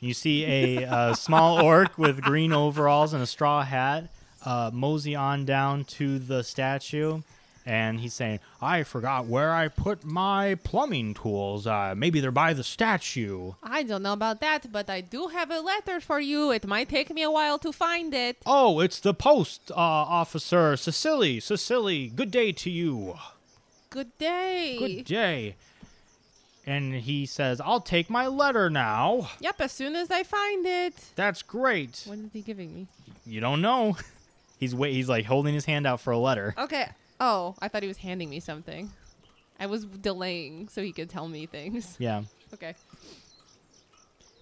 Speaker 2: You see a uh, small orc with green overalls and a straw hat uh, mosey on down to the statue, and he's saying, "I forgot where I put my plumbing tools. Uh, maybe they're by the statue."
Speaker 1: I don't know about that, but I do have a letter for you. It might take me a while to find it.
Speaker 2: Oh, it's the post uh, officer, Cecily. Cecily, good day to you.
Speaker 1: Good day.
Speaker 2: Good day. And he says, I'll take my letter now.
Speaker 1: Yep, as soon as I find it.
Speaker 2: That's great.
Speaker 5: What is he giving me?
Speaker 2: You don't know. He's wait. He's like holding his hand out for a letter.
Speaker 1: Okay. Oh, I thought he was handing me something. I was delaying so he could tell me things.
Speaker 2: Yeah.
Speaker 1: Okay.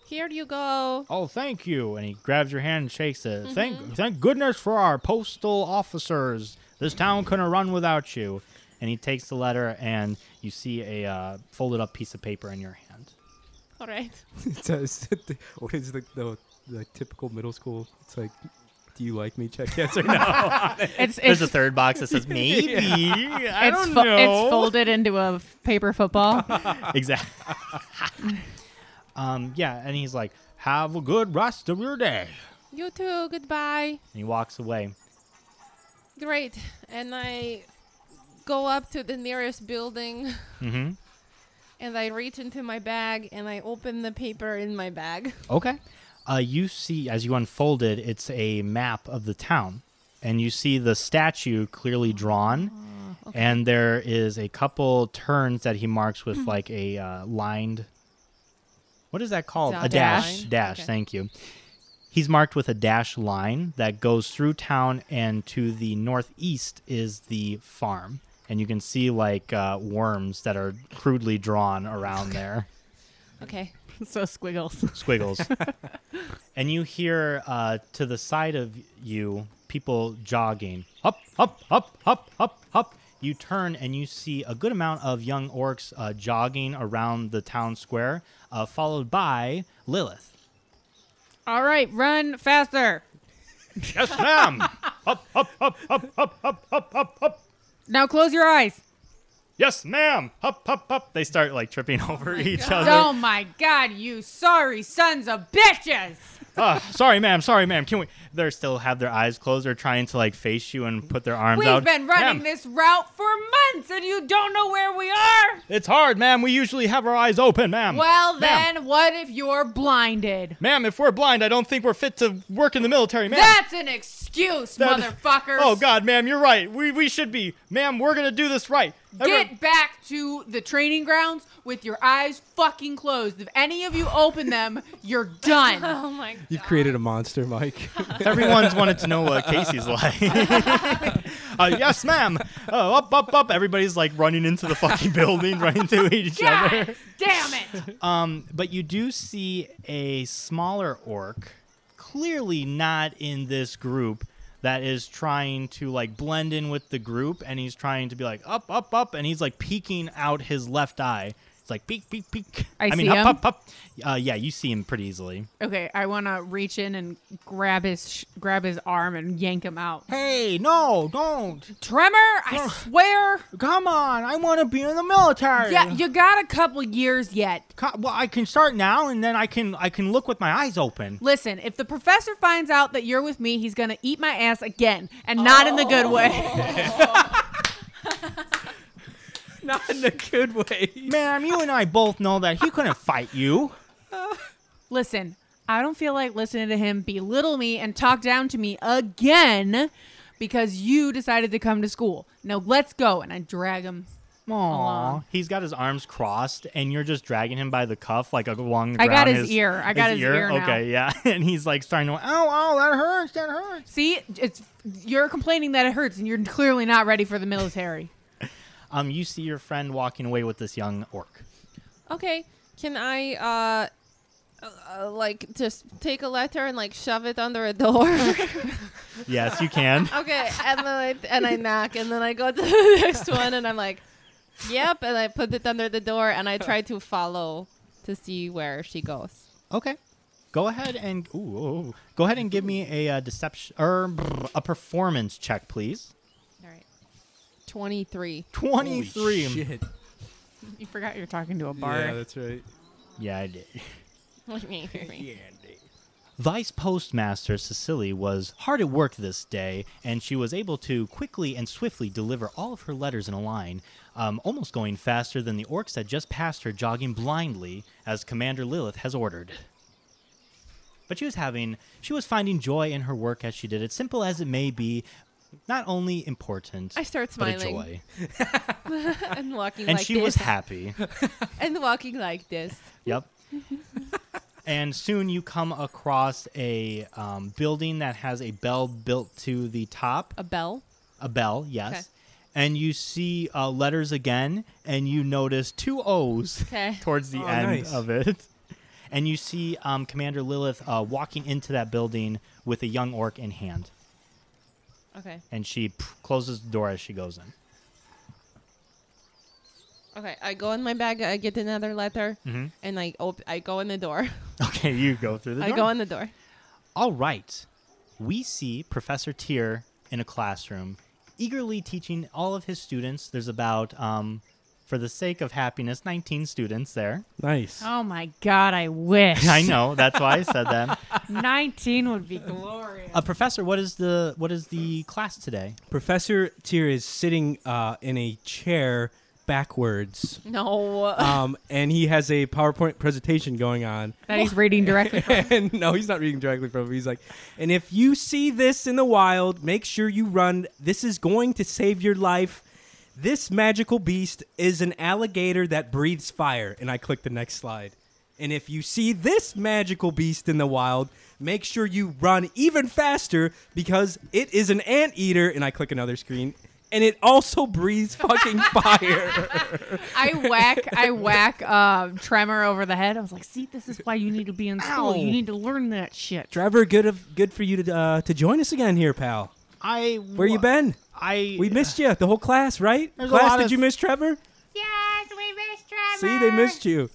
Speaker 1: Here you go.
Speaker 2: Oh, thank you. And he grabs your hand and shakes it. Thank, thank goodness for our postal officers. This town couldn't run without you. And he takes the letter, and you see a uh, folded up piece of paper in your hand.
Speaker 1: All right.
Speaker 3: It's, uh, it's the- what is the, the, the typical middle school? It's like, do you like me? Check yes or no.
Speaker 4: It's
Speaker 2: There's
Speaker 4: it's
Speaker 2: a third box that says maybe. I
Speaker 4: it's,
Speaker 2: don't
Speaker 4: fo-
Speaker 2: know.
Speaker 4: it's folded into a f- paper football.
Speaker 2: Exactly. um, yeah, and he's like, "Have a good rest of your day."
Speaker 1: You too. Goodbye.
Speaker 2: And he walks away.
Speaker 1: Great. And I go up to the nearest building
Speaker 2: Mm-hmm.
Speaker 1: and I reach into my bag and I open the paper in my bag.
Speaker 2: Okay. Uh, you see, as you unfold it, it's a map of the town, and you see the statue
Speaker 1: Oh,
Speaker 2: clearly drawn, and there is a couple turns that he marks with
Speaker 1: Mm-hmm.
Speaker 2: like a uh, lined. What is that called? a
Speaker 1: Dotted
Speaker 2: dash.
Speaker 1: line?
Speaker 2: Dash.
Speaker 1: Okay.
Speaker 2: Thank you. He's marked with a dash line that goes through town, and to the northeast is the farm, and you can see like uh, worms that are crudely drawn around there
Speaker 1: Okay.
Speaker 4: so squiggles.
Speaker 2: squiggles. and you hear uh, to the side of you people jogging. Up, up, up, up, up, up. You turn and you see a good amount of young orcs uh, jogging around the town square, uh, followed by Lilith.
Speaker 4: All right, run faster.
Speaker 2: Yes, ma'am. up, up, up, up, up, up, up, up, up.
Speaker 4: Now close your eyes.
Speaker 2: Yes, ma'am. Up, up, up. They start like tripping over each other.
Speaker 4: Oh my god, you sorry sons of bitches.
Speaker 2: Ah, sorry, ma'am. Sorry, ma'am. Can we? They still have their eyes closed. They're trying to like face you and put their arms out.
Speaker 4: We've been running
Speaker 2: Ma'am,
Speaker 4: this route for months and you don't know where we are.
Speaker 2: It's hard, ma'am. We usually have our eyes open,
Speaker 4: Mm.
Speaker 2: ma'am.
Speaker 4: Well,
Speaker 2: Ma'am.
Speaker 4: then what if you're blinded?
Speaker 2: Ma'am, if we're blind, I don't think we're fit to work in the military, ma'am.
Speaker 4: That's an excuse,
Speaker 2: That-
Speaker 4: motherfuckers.
Speaker 2: Oh God, ma'am, you're right. We we should be, ma'am. We're gonna do this right. Everyone-
Speaker 4: Get back to the training grounds with your eyes fucking closed. If any of you open them, you're done.
Speaker 1: Oh my
Speaker 3: You've created a monster, Mike.
Speaker 2: Everyone's wanted to know what Casey's like. uh, yes, ma'am. Uh, up, up, up. Everybody's like running into the fucking building, running to each other.
Speaker 4: God damn it.
Speaker 2: Um, but you do see a smaller orc, clearly not in this group, that is trying to like blend in with the group, and he's trying to be like up, up, up, and he's like peeking out his left eye. It's like peek, peek, peek.
Speaker 4: I
Speaker 2: mean,
Speaker 4: see
Speaker 2: up,
Speaker 4: him.
Speaker 2: up, up. Uh, yeah, you see him pretty easily.
Speaker 4: Okay, I want to reach in and grab his sh- grab his arm and yank him out.
Speaker 2: Hey, no, don't.
Speaker 4: Tremor, I swear.
Speaker 2: Come on, I want to be in the military.
Speaker 4: Yeah, you got a couple years yet.
Speaker 2: Co- well, I can start now, and then I can I can look with my eyes open.
Speaker 4: Listen, if the professor finds out that you're with me, he's going to eat my ass again and not in the good
Speaker 2: Oh.
Speaker 4: way.
Speaker 3: Not in a good way.
Speaker 2: Ma'am, you and I both know that he couldn't fight you.
Speaker 4: Listen, I don't feel like listening to him belittle me and talk down to me again because you decided to come to school. Now let's go. And I drag him.
Speaker 2: Aww. He's got his arms crossed, and you're just dragging him by the cuff, like along the
Speaker 4: I
Speaker 2: ground.
Speaker 4: got his ear. I got his ear now.
Speaker 2: Okay, yeah. And he's like starting to, oh, oh, that hurts, that hurts.
Speaker 4: See, it's you're complaining that it hurts and you're clearly not ready for the military.
Speaker 2: Um, you see your friend walking away with this young orc.
Speaker 1: Okay. Can I uh, uh, uh, like just take a letter and like shove it under a door?
Speaker 2: Yes, you can.
Speaker 1: okay. And then I, and I knock and then I go to the next one and I'm like, yep. And I put it under the door and I try to follow to see where she goes.
Speaker 2: okay. Go ahead and ooh, ooh, ooh. go ahead and give me a uh, deception or brr, a performance check, please.
Speaker 1: All right. 23.
Speaker 2: Twenty three.
Speaker 3: Shit.
Speaker 4: You forgot you're talking to a
Speaker 3: Yeah, that's right.
Speaker 2: Yeah, I did.
Speaker 1: Me, me, me.
Speaker 2: Vice Postmaster Cecily was hard at work this day, and she was able to quickly and swiftly deliver all of her letters in a line, um, almost going faster than the orcs that just passed her jogging blindly, as Commander Lilith has ordered. But she was having, she was finding joy in her work as she did it, simple as it may be, not only important,
Speaker 1: I start
Speaker 2: but a
Speaker 1: smiling
Speaker 2: joy.
Speaker 1: and walking
Speaker 2: And
Speaker 1: like
Speaker 2: she
Speaker 1: this.
Speaker 2: was happy.
Speaker 1: and walking like this.
Speaker 2: Yep. and soon you come across a um, building that has a bell built to the top.
Speaker 1: A bell.
Speaker 2: A bell, yes. And you see uh, letters again, and you notice two O's
Speaker 1: Okay.
Speaker 2: towards the
Speaker 3: Oh,
Speaker 2: end
Speaker 3: nice.
Speaker 2: of it. And you see um, Commander Lilith uh, walking into that building with a young orc in hand.
Speaker 1: Okay.
Speaker 2: And she p- closes the door as she goes in.
Speaker 1: Okay. I go in my bag. I get another letter,
Speaker 2: Mhm.
Speaker 1: and I op- I go in the door.
Speaker 2: Okay, you go through the
Speaker 1: I
Speaker 2: door.
Speaker 1: go in the door.
Speaker 2: All right. We see Professor Tier in a classroom, eagerly teaching all of his students. There's about, um, for the sake of happiness, 19 students there.
Speaker 3: Nice.
Speaker 4: Oh my god, I wish.
Speaker 2: I know. That's why I said that.
Speaker 4: 19 would be glorious.
Speaker 2: Uh, professor, what is the what is the class today?
Speaker 3: Professor Tier is sitting uh, in a chair backwards,
Speaker 1: No.
Speaker 3: um, and he has a PowerPoint presentation going on.
Speaker 4: That he's reading directly from.
Speaker 3: and no, he's not reading directly from it. He's like, and if you see this in the wild, make sure you run. This is going to save your life. This magical beast is an alligator that breathes fire. And I click the next slide. And if you see this magical beast in the wild, make sure you run even faster because it is an anteater. And I click another screen. And it also breathes fucking fire.
Speaker 4: I whack, I whack uh, Tremor over the head. I was like, see, this is why you need to be in school. You need to learn that shit.
Speaker 3: Trevor, good of, good for you to uh, to join us again here, pal.
Speaker 2: I
Speaker 3: Where you been?
Speaker 2: I
Speaker 3: We missed you, the whole class, right?
Speaker 2: There's a
Speaker 3: class,
Speaker 2: lot
Speaker 3: did
Speaker 2: of-
Speaker 3: you miss Trevor?
Speaker 4: Yes, we missed Trevor.
Speaker 3: See, they missed you.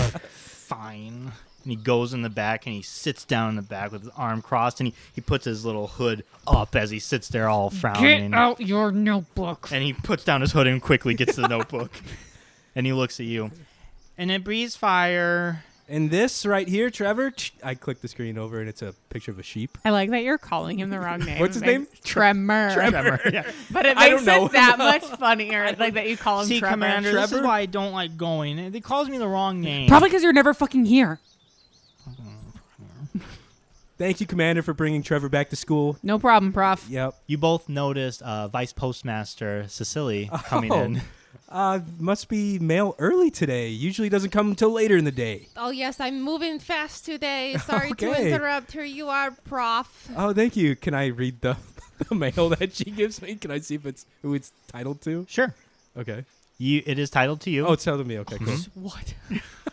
Speaker 2: fine. And he goes in the back and he sits down in the back with his arm crossed and he, he puts his little hood up as he sits there all
Speaker 4: Get
Speaker 2: frowning.
Speaker 4: out your notebook.
Speaker 2: And he puts down his hood and quickly gets the notebook. And he looks at you. And it breathes fire.
Speaker 3: And this right here, Trevor, tch, I click the screen over and it's a picture of a sheep.
Speaker 4: I like that you're calling him the wrong name.
Speaker 3: What's his
Speaker 4: Like,
Speaker 3: name?
Speaker 4: Tremor.
Speaker 2: Trevor. Yeah.
Speaker 4: But it
Speaker 3: I
Speaker 4: makes it
Speaker 3: don't know.
Speaker 4: that much funnier, like that you call him
Speaker 2: See,
Speaker 4: Tremor.
Speaker 2: Commander, this is
Speaker 3: Trevor?
Speaker 2: why I don't like going. They calls me the wrong name.
Speaker 4: Probably because you're never fucking here.
Speaker 3: Thank you, Commander, for bringing Trevor back to school.
Speaker 4: No problem, Prof.
Speaker 3: Yep.
Speaker 2: You both noticed uh, Vice Postmaster Cecily coming
Speaker 3: Oh.
Speaker 2: in.
Speaker 3: Uh, must be mail early today. Usually doesn't come until later in the day.
Speaker 1: oh yes, I'm moving fast today. Sorry to
Speaker 3: Okay.
Speaker 1: interrupt. Here you are, Prof.
Speaker 3: Oh, thank you. Can I read the, the mail that she gives me? Can I see if it's who it's titled to?
Speaker 2: Sure.
Speaker 3: Okay.
Speaker 2: You, it is titled to you. Mm-hmm.
Speaker 3: Oh, it's titled to me. Okay, cool.
Speaker 1: What?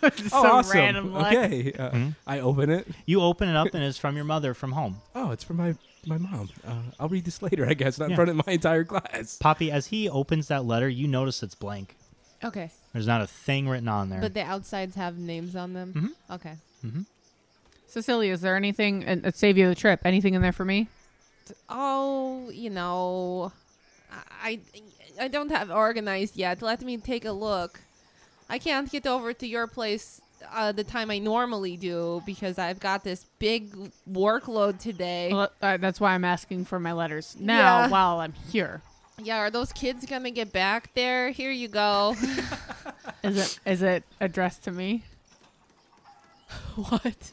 Speaker 3: oh,
Speaker 4: Some
Speaker 3: awesome.
Speaker 4: random, like-
Speaker 3: okay. Uh,
Speaker 2: Mhm.
Speaker 3: I open it.
Speaker 2: You open it up and it's from your mother from home.
Speaker 3: Oh, it's for my my mom. Uh, I'll read this later, I guess, not
Speaker 2: Yeah.
Speaker 3: in front of my entire class.
Speaker 2: Poppy, as he opens that letter, you notice it's blank.
Speaker 1: Okay.
Speaker 2: There's not a thing written on there.
Speaker 1: But the outsides have names on them.
Speaker 2: Mhm.
Speaker 1: Okay.
Speaker 4: Cecilia, is there anything? And uh, save you the trip. Anything in there for me?
Speaker 1: Oh, you know, I I I don't have organized yet. Let me take a look. I can't get over to your place uh, the time I normally do because I've got this big workload today.
Speaker 4: Well, uh, that's why I'm asking for my letters now
Speaker 1: Yeah.
Speaker 4: while I'm here.
Speaker 1: Yeah, are those kids gonna get back there? Here you go.
Speaker 4: Is it is it addressed to me?
Speaker 1: what?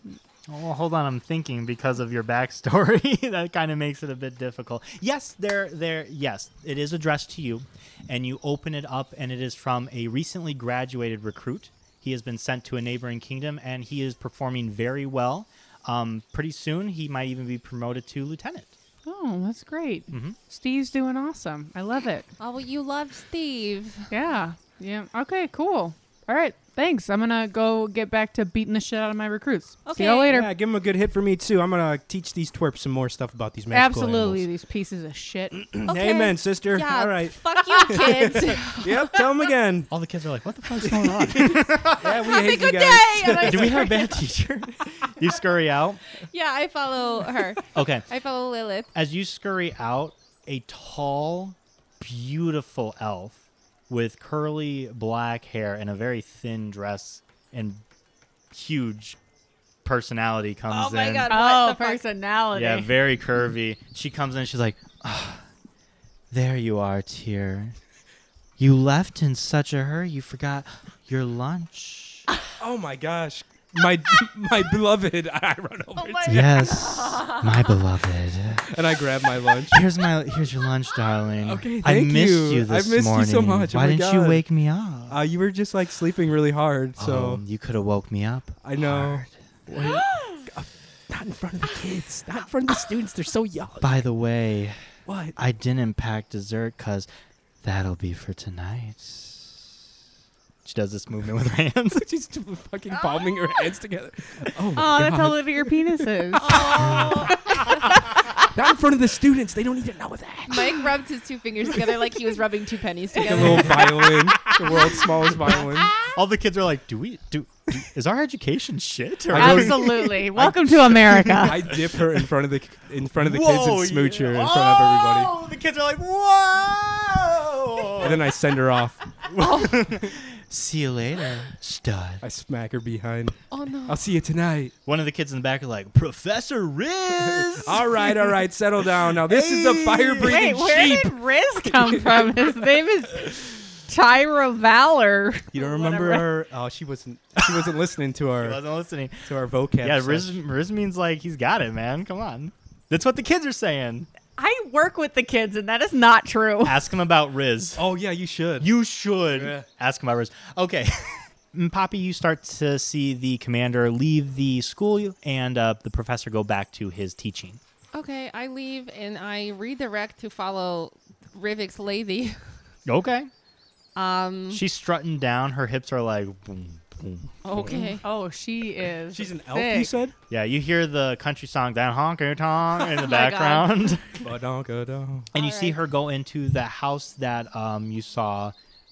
Speaker 2: Well, hold on. I'm thinking because of your backstory. that kind of makes it a bit difficult. Yes, there, there. Yes, it is addressed to you, and you open it up, and it is from a recently graduated recruit. He has been sent to a neighboring kingdom, and he is performing very well. Um, pretty soon, he might even be promoted to lieutenant.
Speaker 4: Oh, that's great.
Speaker 3: Mm-hmm.
Speaker 2: Mhm.
Speaker 4: Steve's doing awesome. I love it.
Speaker 1: Oh, well, you love Steve.
Speaker 4: Yeah. Yeah. Okay. Cool. All right. Thanks. I'm gonna go get back to beating the shit out of my recruits. See you
Speaker 1: Okay.
Speaker 4: later.
Speaker 3: Yeah, give him a good hit for me too. I'm gonna teach these twerps some more stuff about these magical
Speaker 4: Absolutely,
Speaker 3: animals.
Speaker 4: these pieces of shit.
Speaker 1: Okay.
Speaker 3: Amen, sister.
Speaker 1: Yeah.
Speaker 3: All right.
Speaker 1: Fuck you, kids.
Speaker 3: Yep. Tell him again.
Speaker 2: All the kids are like, "What the fuck's going on?
Speaker 3: Yeah, we
Speaker 1: Have a
Speaker 3: hate you
Speaker 1: good
Speaker 3: guys.
Speaker 1: day. And I-
Speaker 2: Do we have a bad teacher?" you scurry out.
Speaker 1: yeah, I follow her.
Speaker 2: Okay.
Speaker 1: I follow Lilith.
Speaker 2: As you scurry out, a tall, beautiful elf with curly black hair and a very thin dress and huge personality comes in.
Speaker 4: Oh, personality.
Speaker 2: Yeah, very curvy. She comes in, she's like, "Ah, There you are, Tyr. You left in such a hurry, you forgot your lunch.
Speaker 3: Oh my gosh. My my beloved, I run over
Speaker 2: Oh,
Speaker 1: Oh,
Speaker 3: to-
Speaker 2: yes, my beloved.
Speaker 3: and I grab my lunch.
Speaker 2: Here's my here's your lunch, darling.
Speaker 3: Okay,
Speaker 2: I
Speaker 3: thank
Speaker 2: missed
Speaker 3: you.
Speaker 2: you,
Speaker 3: I
Speaker 2: this
Speaker 3: missed you
Speaker 2: morning.
Speaker 3: so much. Oh
Speaker 2: Why
Speaker 3: my
Speaker 2: didn't you
Speaker 3: God.
Speaker 2: wake me up?
Speaker 3: Uh, you were just like sleeping really hard, so
Speaker 2: Um, you could have woke me up.
Speaker 3: I know.
Speaker 2: hard.
Speaker 3: Wait. Not in front of the kids. Not in front of the students. They're so young.
Speaker 2: By the way,
Speaker 3: What?
Speaker 2: I didn't pack dessert because that'll be for tonight. She does this movement with her hands.
Speaker 3: She's just fucking palming her hands together. Oh my
Speaker 4: Oh,
Speaker 3: god!
Speaker 4: that's how little your penis is.
Speaker 3: Not in front of the students. They don't even know that.
Speaker 5: Mike rubbed his two fingers together like he was rubbing two pennies
Speaker 3: The
Speaker 5: together.
Speaker 3: little violin, the world's smallest violin.
Speaker 2: All the kids are like, "Do we? Do, do is our education shit?" Or
Speaker 3: I go-
Speaker 4: Absolutely. Welcome to America.
Speaker 3: I dip her in front of the in front of the
Speaker 2: Whoa,
Speaker 3: kids and smooch her
Speaker 2: yeah.
Speaker 3: in front of everybody,
Speaker 2: Oh, the kids are like, "Whoa!"
Speaker 4: Oh!
Speaker 3: and then I send her off.
Speaker 2: see you later,
Speaker 3: I
Speaker 2: stud.
Speaker 3: smack her behind.
Speaker 1: Oh no.
Speaker 2: Uh,
Speaker 3: I'll see you tonight.
Speaker 2: One of the kids in the back are like, "Professor Riz."
Speaker 3: All right, all right, settle down. Now this is a fire
Speaker 4: Wait,
Speaker 3: breathing
Speaker 4: where
Speaker 3: sheep.
Speaker 4: did Riz come from? His name is Tyra Valor.
Speaker 3: You don't remember her? Oh, she wasn't. She wasn't listening to
Speaker 2: I
Speaker 3: our
Speaker 2: wasn't listening.
Speaker 3: to our vocab.
Speaker 2: Yeah,
Speaker 3: session.
Speaker 2: Riz, Riz means like he's got it, man. Come on, that's what the kids are saying.
Speaker 4: I work with the kids, and that is not true.
Speaker 2: Ask him about Riz.
Speaker 3: Oh yeah, you should.
Speaker 2: You should
Speaker 3: Yeah.
Speaker 2: ask him about Riz. Okay. And Poppy, you start to see the commander leave the school and uh, the professor go back to his teaching.
Speaker 1: Okay, I leave and I redirect to follow Rivik's lady.
Speaker 2: Okay.
Speaker 1: Um.
Speaker 2: She's strutting down. Her hips are like boom, boom.
Speaker 1: Okay.
Speaker 4: Oh, she is.
Speaker 3: She's an elf. You
Speaker 4: thick.
Speaker 3: said.
Speaker 2: Yeah, you hear the country song "That Honker Tonk" in the
Speaker 4: my God.
Speaker 2: background,
Speaker 3: Ba-dunk-a-dunk.
Speaker 2: and you see
Speaker 1: Alright.
Speaker 2: her go into the house that um, you saw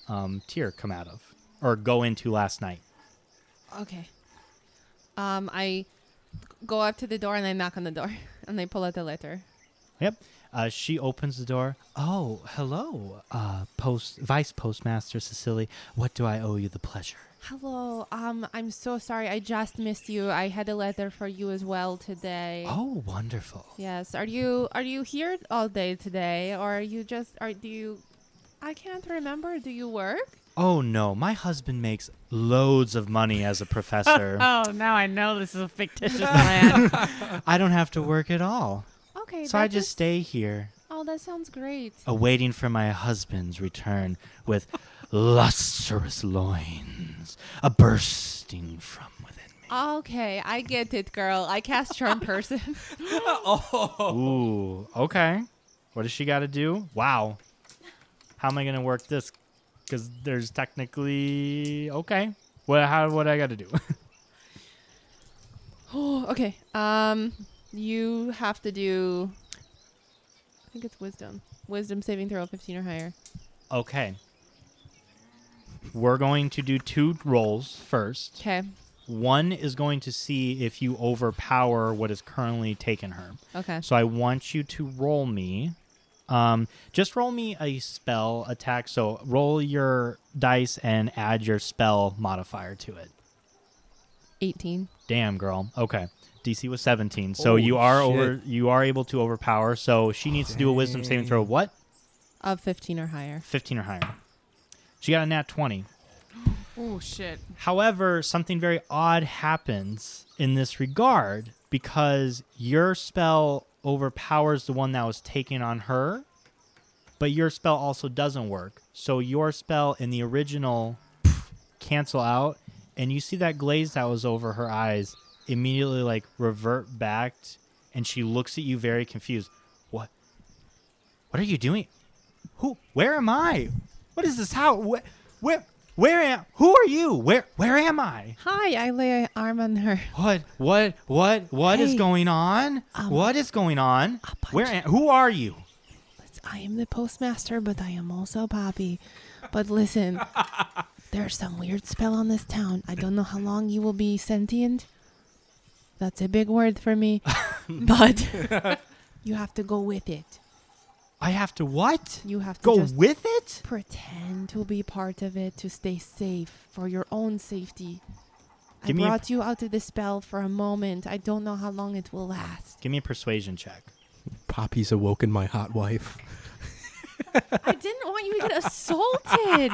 Speaker 2: um, Tyr come out of or go into last night.
Speaker 1: Okay. Um. I go up to the door and I knock on the door and I pull out the letter.
Speaker 2: Yep. Uh, she opens the door. Oh, hello, uh, post Vice Postmaster Cecily. What do I owe you the pleasure?
Speaker 1: Hello. Um. I'm so sorry. I just missed you. I had a letter for you as well today.
Speaker 2: Oh, wonderful.
Speaker 1: Yes. Are you are you here all day today, or are you just are do you? I can't remember. Do you work?
Speaker 2: Oh no, my husband makes loads of money as a professor.
Speaker 4: Oh, now I know this is a fictitious plan.
Speaker 2: I don't have to work at all,
Speaker 1: Okay.
Speaker 2: so I
Speaker 1: that
Speaker 2: just stay here.
Speaker 1: Oh, that sounds great.
Speaker 2: awaiting for my husband's return with lustrous loins, a bursting from within me.
Speaker 1: Okay, I get it, girl. I cast charm person.
Speaker 3: Oh!
Speaker 2: Ooh, okay. What does she got to do? Wow. How am I going to work this? Because there's technically. Okay. What, how, what I got to do?
Speaker 1: oh, okay. Um, you have to do. I think it's wisdom. Wisdom saving throw of fifteen or higher.
Speaker 2: okay. We're going to do two rolls first.
Speaker 1: Okay.
Speaker 2: One is going to see if you overpower what is currently taken her.
Speaker 1: Okay.
Speaker 2: So I want you to roll me. Um, just roll me a spell attack. So roll your dice and add your spell modifier to it.
Speaker 1: Eighteen.
Speaker 2: Damn, girl. Okay. DC was 17. So
Speaker 3: Oh,
Speaker 2: you are
Speaker 3: shit.
Speaker 2: over. You are able to overpower. So she needs to do a Wisdom saving throw. of What?
Speaker 1: Of fifteen or higher.
Speaker 2: 15 or higher. She got a nat 20.
Speaker 4: oh shit.
Speaker 2: However, something very odd happens in this regard because your spell overpowers the one that was taken on her, but your spell also doesn't work. So your spell in the original cancel out, and you see that glaze that was over her eyes immediately like revert back, and she looks at you very confused. What? What are you doing? Who? Where am I? What is this? How? Where? Where? Where am? Who are you? Where? Where am I?
Speaker 1: Hi, I lay an arm on her.
Speaker 2: What? What? What? What is
Speaker 1: Hey.
Speaker 2: going on?
Speaker 1: Um,
Speaker 2: what is going on?
Speaker 1: punch
Speaker 2: Where? Am, who are you?
Speaker 1: I am the postmaster, but I am also Poppy. But listen, there's some weird spell on this town. I don't know how long you will be sentient. That's a big word for me. but you have to go with it.
Speaker 2: I have to what?
Speaker 1: You have to
Speaker 2: Go
Speaker 1: just
Speaker 2: with it?
Speaker 1: pretend to be part of it to stay safe for your own safety. I
Speaker 2: Give me a-
Speaker 1: brought you out of the spell for a moment. I don't know how long it will last.
Speaker 2: Give me a persuasion check.
Speaker 3: Poppy's awoken my hot wife.
Speaker 1: I didn't want you to get assaulted.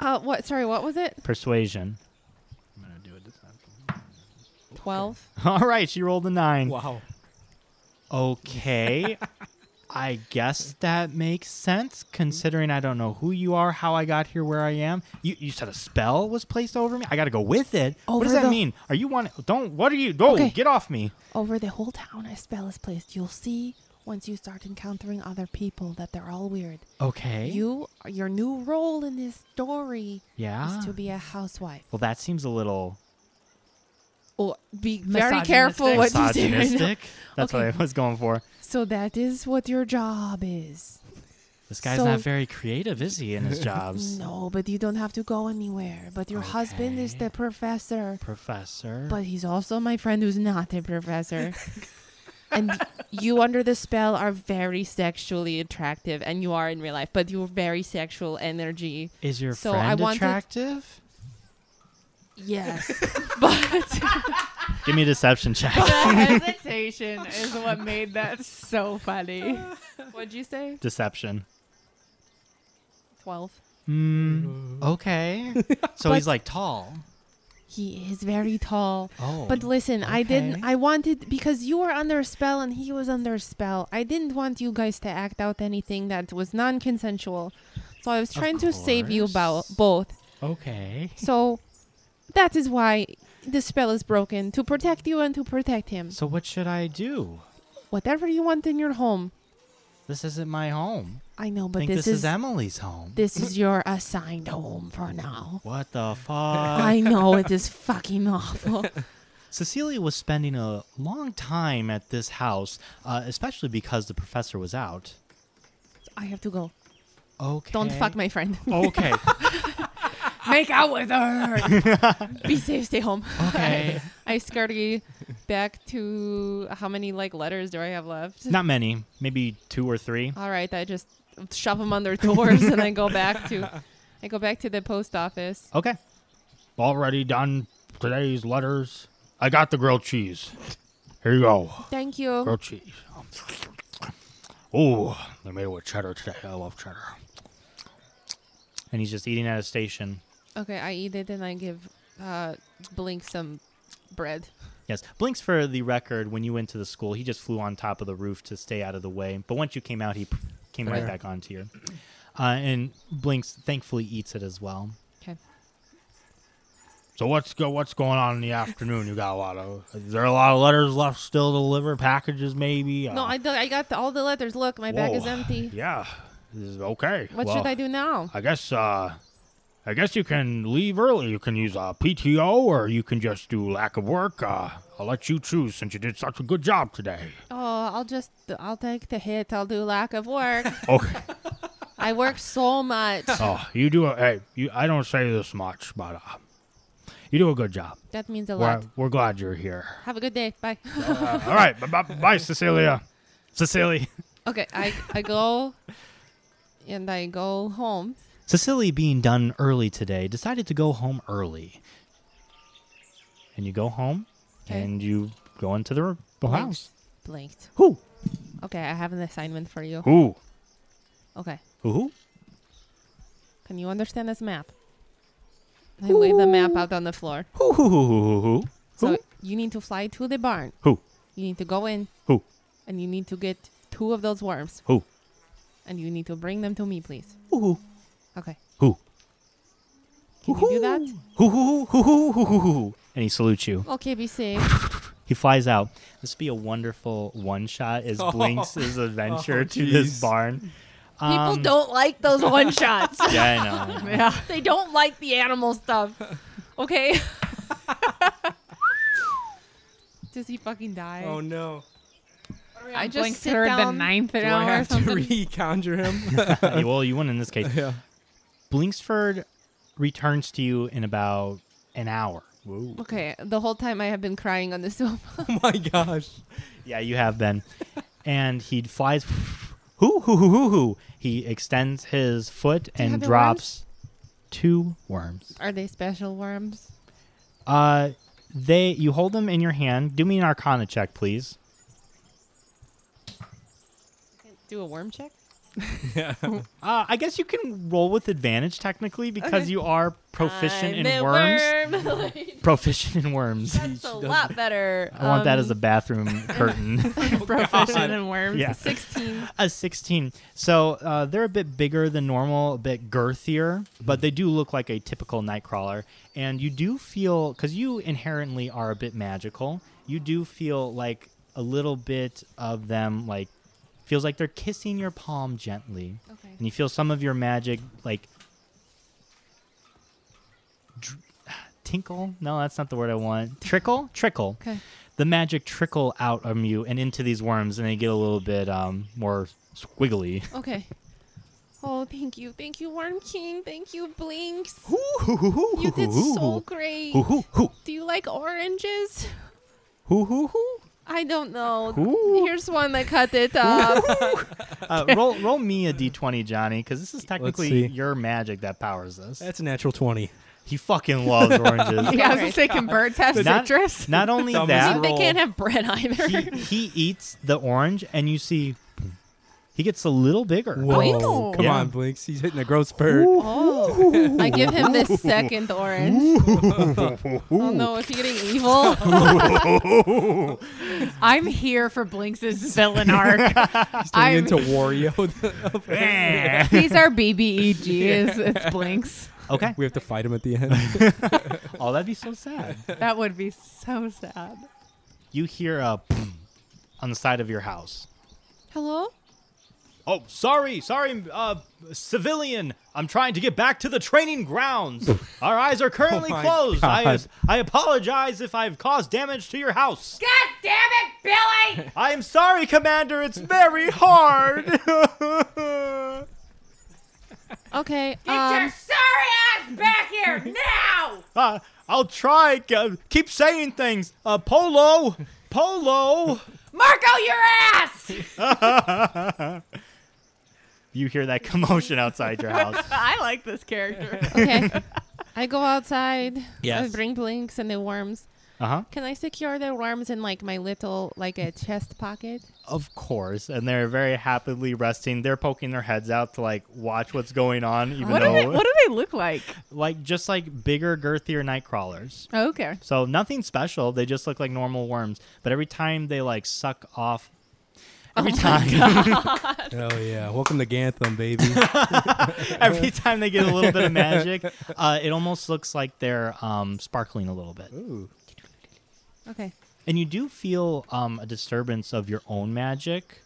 Speaker 1: uh, what? Sorry, what was it?
Speaker 2: Persuasion.
Speaker 1: Twelve.
Speaker 2: All right, she rolled a nine.
Speaker 3: Wow.
Speaker 2: Okay. I guess that makes sense considering I don't know who you are, how I got here, where I am. You you said a spell was placed over me. I got to go with it. what does that
Speaker 1: Over the-
Speaker 2: mean? Are you one Don't what are you? No,
Speaker 1: Okay.
Speaker 2: get off me.
Speaker 1: Over the whole town, a spell is placed. You'll see once you start encountering other people that they're all weird.
Speaker 2: Okay.
Speaker 1: You, your new role in this story
Speaker 2: Yeah.
Speaker 1: is to be a housewife.
Speaker 2: Well, that seems a little
Speaker 1: Or be very
Speaker 4: Misogynistic.
Speaker 1: careful what you say. right now.
Speaker 2: misogynistic. That's what I was going for.
Speaker 1: So that is what your job is.
Speaker 2: This guy's
Speaker 1: So-
Speaker 2: not very creative, is he, in his jobs?
Speaker 1: No, but you don't have to go anywhere. But your husband is
Speaker 2: Okay.
Speaker 1: the professor.
Speaker 2: Professor.
Speaker 1: But he's also my friend who's not a professor. and you, under the spell, are very sexually attractive, and you are in real life, but you're very sexual energy.
Speaker 2: is your
Speaker 1: so I
Speaker 2: friend
Speaker 1: wanted-
Speaker 2: attractive?
Speaker 1: Yes. but
Speaker 2: Give me a deception check.
Speaker 4: hesitation is what made that so funny.
Speaker 1: what'd you say?
Speaker 2: deception.
Speaker 1: 12.
Speaker 2: Hmm. Okay. so he's like tall.
Speaker 1: He is very tall.
Speaker 2: Oh.
Speaker 1: But listen, I didn't.
Speaker 2: okay.
Speaker 1: I wanted because you were under a spell and he was under a spell. I didn't want you guys to act out anything that was non-consensual. So I was trying to save you bo-
Speaker 2: course.
Speaker 1: both.
Speaker 2: okay.
Speaker 1: So that is why the spell is broken to protect you and to protect him.
Speaker 2: So what should I do?
Speaker 1: Whatever you want in your home,
Speaker 2: This isn't my home.
Speaker 1: I know,
Speaker 2: I
Speaker 1: but
Speaker 2: think this,
Speaker 1: this,
Speaker 2: is,
Speaker 1: is
Speaker 2: Emily's home.
Speaker 1: this is your assigned home for now.
Speaker 2: what the fuck?
Speaker 1: I know it is fucking awful.
Speaker 2: Cecilia was spending a long time at this house, uh, especially because the professor was out.
Speaker 1: I have to go.
Speaker 2: Okay.
Speaker 1: Don't fuck my friend.
Speaker 2: Okay.
Speaker 4: Make out with her.
Speaker 1: Be safe. Stay home.
Speaker 2: Okay.
Speaker 1: I scurry back to how many like letters do I have left?
Speaker 2: Not many. Maybe two or three.
Speaker 1: All right, I just shove them under doors and I go back to I go back to the post office.
Speaker 2: Okay.
Speaker 6: Already done today's letters. I got the grilled cheese. Here you go.
Speaker 1: Thank you.
Speaker 6: Grilled cheese. Oh, they made it with cheddar today. I love cheddar.
Speaker 2: And he's just eating at a station.
Speaker 1: Okay, I eat it and I give uh Blink some bread.
Speaker 2: Yes. Blinks, for the record, when you went to the school, he just flew on top of the roof to stay out of the way. But once you came out, he p- came right
Speaker 3: Fair.
Speaker 2: back onto you. Uh, and Blinks thankfully eats it as well.
Speaker 6: So what's go what's going on in the afternoon? You got a lot of is there a lot of letters left still to deliver? Packages maybe? Uh,
Speaker 1: No, I, do- I got all the letters. Look, my bag is
Speaker 6: Whoa.
Speaker 1: empty.
Speaker 6: Yeah. This is okay.
Speaker 1: What
Speaker 6: Well,
Speaker 1: should I do now?
Speaker 6: I guess uh I guess you can leave early. You can use uh, PTO or you can just do lack of work. Uh, I'll let you choose since you did such a good job today.
Speaker 1: Oh, I'll just I'll take the hit. I'll do lack of work.
Speaker 6: Okay.
Speaker 1: I work so much.
Speaker 6: oh, you do a hey, you I don't say this much, but uh you do a good job.
Speaker 1: That means a
Speaker 6: We're,
Speaker 1: lot.
Speaker 6: we're glad you're here.
Speaker 1: Have a good day. Bye.
Speaker 6: Uh, all right. Bye, bye, bye, Cecilia.
Speaker 2: Cecily.
Speaker 1: Okay, I I go and I go home.
Speaker 2: Cecily, being done early today, decided to go home early. And you go home
Speaker 1: 'Kay.
Speaker 2: and you go into the, r- the house.
Speaker 1: Blanked. Blanked.
Speaker 2: Who?
Speaker 1: Okay, I have an assignment for you.
Speaker 6: Ooh.
Speaker 1: Okay,
Speaker 2: Who? who?
Speaker 1: can you understand this map? I lay the map out on the floor.
Speaker 2: Who? Who? Who? Who? Who?
Speaker 1: So you need to fly to the barn.
Speaker 2: Who?
Speaker 1: You need to go in.
Speaker 2: Who?
Speaker 1: And you need to get two of those worms.
Speaker 2: Who?
Speaker 1: And you need to bring them to me, please.
Speaker 2: Who? Who?
Speaker 1: Okay.
Speaker 2: Who?
Speaker 1: Can you do that?
Speaker 2: Who? Who? Who? Who? Who? Who? Who? And he salutes you.
Speaker 1: Okay, be safe.
Speaker 2: He flies out. This would be a wonderful one shot as Blinks' his adventure
Speaker 3: Oh,
Speaker 2: to this
Speaker 3: jeez.
Speaker 2: barn.
Speaker 1: People don't like those one shots.
Speaker 2: Yeah, I know.
Speaker 4: yeah.
Speaker 1: they don't like the animal stuff. Okay. Does he fucking die?
Speaker 3: Oh no.
Speaker 4: I
Speaker 1: just
Speaker 4: just
Speaker 1: sit
Speaker 4: heard the
Speaker 1: down.
Speaker 4: ninth
Speaker 3: Do
Speaker 4: hour
Speaker 3: I have to
Speaker 4: something.
Speaker 3: re-conjure him?
Speaker 2: Yeah, well, you won in this case.
Speaker 3: yeah.
Speaker 2: Blinksford returns to you in about an hour. Whoa.
Speaker 1: Okay, the whole time I have been crying on the sofa.
Speaker 3: Oh my gosh.
Speaker 2: Yeah, you have been. and he flies. Hoo hoo hoo hoo hoo. He extends his foot
Speaker 1: you
Speaker 2: and
Speaker 1: have the
Speaker 2: drops two worms.
Speaker 1: Are they special worms?
Speaker 2: Uh, they you hold them in your hand. Do me an Arcana check, please.
Speaker 1: Do a worm check?
Speaker 2: Uh, I guess you can roll with advantage technically because you are
Speaker 7: I'm
Speaker 2: proficient Oh, in
Speaker 7: a
Speaker 2: worms.
Speaker 7: worm.
Speaker 2: Proficient in worms.
Speaker 7: That's a lot better.
Speaker 2: I want that
Speaker 7: Um,
Speaker 2: as a bathroom curtain.
Speaker 1: Proficient in worms.
Speaker 2: Yeah.
Speaker 1: 16.
Speaker 2: a 16. So uh, they're a bit bigger than normal, a bit girthier, but they do look like a typical nightcrawler. And you do feel, because you inherently are a bit magical, you do feel like a little bit of them, like, feels like they're kissing your palm gently.
Speaker 1: Okay.
Speaker 2: And you feel some of your magic, like, dr- tinkle? No, that's not the word I want. Trickle? Trickle
Speaker 1: Okay.
Speaker 2: the magic trickle out of you and into these worms, and they get a little bit um, more squiggly.
Speaker 1: Okay. Oh, thank you. Thank you, Worm King. Thank you, Blinks. You
Speaker 2: You
Speaker 1: did so great.
Speaker 2: Hoo hoo hoo
Speaker 1: Do you like oranges?
Speaker 2: hoo hoo hoo.
Speaker 1: I don't know.
Speaker 2: Ooh.
Speaker 1: Here's one that cut it up.
Speaker 2: Uh, roll, roll me a d20, Johnny, because this is technically
Speaker 3: see.
Speaker 2: your magic that powers this.
Speaker 3: That's a natural 20.
Speaker 2: He fucking loves oranges.
Speaker 4: Yeah, I was gonna say, can birds have
Speaker 2: Not-
Speaker 4: citrus?
Speaker 2: Not only
Speaker 3: Dumbest
Speaker 2: that,
Speaker 3: roll.
Speaker 1: they can't have bread either.
Speaker 2: he, he eats the orange, and you see he gets a little bigger.
Speaker 3: Whoa. Come
Speaker 2: Yeah.
Speaker 3: on, Blinks. He's hitting a growth spurt.
Speaker 1: Oh, I give him this second orange. oh no, is he getting evil?
Speaker 4: I'm here for Blinks's villain arc.
Speaker 3: He's turning
Speaker 4: I'm-
Speaker 3: into Wario.
Speaker 4: He's our BBEG. Is E it's Blinks?
Speaker 2: Okay.
Speaker 3: we have to fight him at the end.
Speaker 2: Oh, that'd be so sad.
Speaker 4: That would be so sad.
Speaker 2: You hear a on the side of your house.
Speaker 1: Hello?
Speaker 2: Oh, sorry, sorry, uh, civilian. I'm trying to get back to the training grounds. Our eyes are currently
Speaker 3: Oh my
Speaker 2: closed. I,
Speaker 3: God.
Speaker 2: I apologize if I've caused damage to your house.
Speaker 7: God damn it, Billy!
Speaker 2: I am sorry, Commander. It's very hard.
Speaker 1: Okay.
Speaker 7: Get your
Speaker 1: Um,
Speaker 7: sorry ass back here now!
Speaker 2: uh, I'll try. G- keep saying things. Uh, Polo, Polo.
Speaker 7: Marco your ass!
Speaker 2: You hear that commotion outside your house.
Speaker 4: I like this character.
Speaker 1: um, okay. I go outside. I
Speaker 2: Yes.
Speaker 1: bring Blinks and the worms.
Speaker 2: Uh huh.
Speaker 1: Can I secure the worms in like my little, like a chest pocket?
Speaker 2: Of course, and they're very happily resting. They're poking their heads out to like watch what's going on, even
Speaker 4: What do,
Speaker 2: though
Speaker 4: they, what do they look like?
Speaker 2: like just like bigger, girthier night crawlers.
Speaker 4: Okay.
Speaker 2: So nothing special. They just look like normal worms. But every time they like suck off, every time,
Speaker 3: oh, yeah. Welcome to Gantham, baby.
Speaker 2: every time they get a little bit of magic, uh, it almost looks like they're um, sparkling a little bit.
Speaker 1: Okay.
Speaker 2: And you do feel um, a disturbance of your own magic,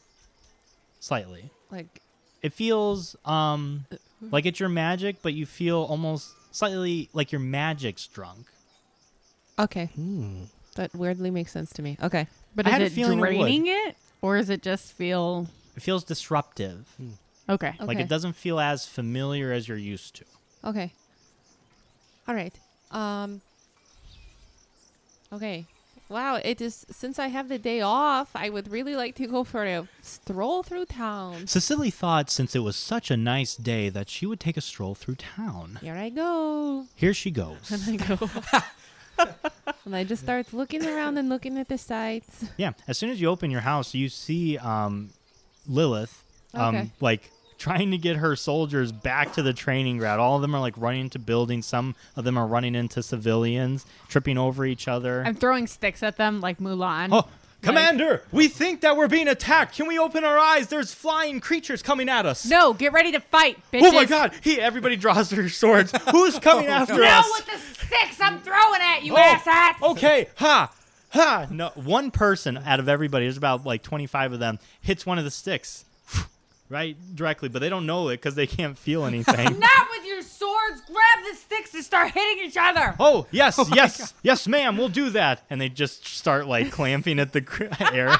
Speaker 2: slightly.
Speaker 1: Like,
Speaker 2: it feels um like it's your magic but you feel almost slightly like your magic's drunk
Speaker 1: okay.
Speaker 3: Hmm.
Speaker 1: That weirdly makes sense to me. Okay.
Speaker 4: But
Speaker 2: I
Speaker 4: is
Speaker 2: had a
Speaker 4: it
Speaker 2: feeling it would.
Speaker 4: draining it, or is it just feel
Speaker 2: it feels disruptive
Speaker 4: okay?
Speaker 1: Okay.
Speaker 2: like it doesn't feel as familiar as you're used to
Speaker 1: Okay. All right. Um. Okay. Wow. It is since I have the day off, I would really like to go for a stroll through town.
Speaker 2: cecily thought since it was such a nice day that she would take a stroll through town
Speaker 1: Here I go.
Speaker 2: here she goes
Speaker 1: I go. and I just start looking around and looking at the sights.
Speaker 2: yeah as soon as you open your house you see um lilith um
Speaker 1: Okay.
Speaker 2: like trying to get her soldiers back to the training ground all of them are like running into buildings some of them are running into civilians tripping over each other
Speaker 4: I'm throwing sticks at them like Mulan.
Speaker 2: Oh, Commander, we think that we're being attacked. Can we open our eyes? There's flying creatures coming at us.
Speaker 7: Oh,
Speaker 4: No, get ready to fight, bitches!
Speaker 2: Oh my God! He, everybody draws their swords. Who's coming after
Speaker 7: Now
Speaker 2: us?
Speaker 7: with the sticks I'm throwing at you,
Speaker 2: Oh,
Speaker 7: asshats!
Speaker 2: Okay, ha, ha. No, one person out of everybody. There's about like 25 of them. Hits one of the sticks, right directly, but they don't know it because they can't feel anything.
Speaker 7: Not with your swords! Grab the sticks and start hitting each other!
Speaker 2: Oh yes, yes, yes, ma'am. We'll do that. And they just start like clamping at the cr- air.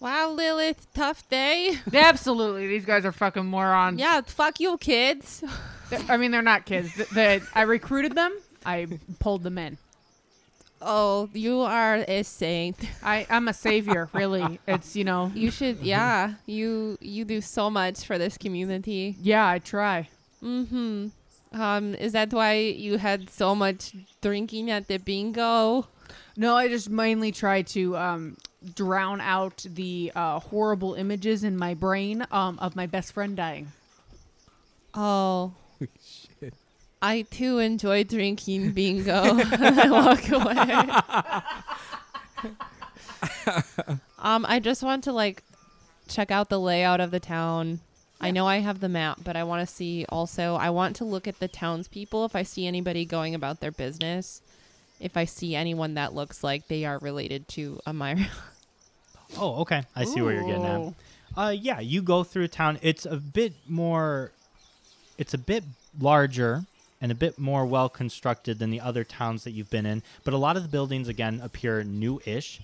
Speaker 1: Wow, Lilith, tough day.
Speaker 4: Absolutely, these guys are fucking morons.
Speaker 1: yeah, fuck you, kids.
Speaker 4: They're- I mean they're not kids. The, the, I recruited them. I pulled them in.
Speaker 1: Oh, you are a saint.
Speaker 4: I, I'm a savior, really. It's, you know,
Speaker 1: You should, yeah. You you do so much for this community.
Speaker 4: yeah, I try.
Speaker 1: Mm-hmm. Um, is that why you had so much drinking at the bingo?
Speaker 4: No, I just mainly try to um, drown out the uh, horrible images in my brain um, of my best friend dying.
Speaker 1: Oh,
Speaker 3: Shit.
Speaker 1: I too enjoy drinking bingo. and I walk away. um, I just want to like check out the layout of the town. I know I have the map, but I want to see also. I want to look at the townspeople if I see anybody going about their business. If I see anyone that looks like they are related to Amira.
Speaker 2: Oh, okay. I see where you're getting at.
Speaker 4: Ooh.
Speaker 2: Uh, yeah, you go through town. It's a bit more, it's a bit larger and a bit more well constructed than the other towns that you've been in. But a lot of the buildings again appear new-ish.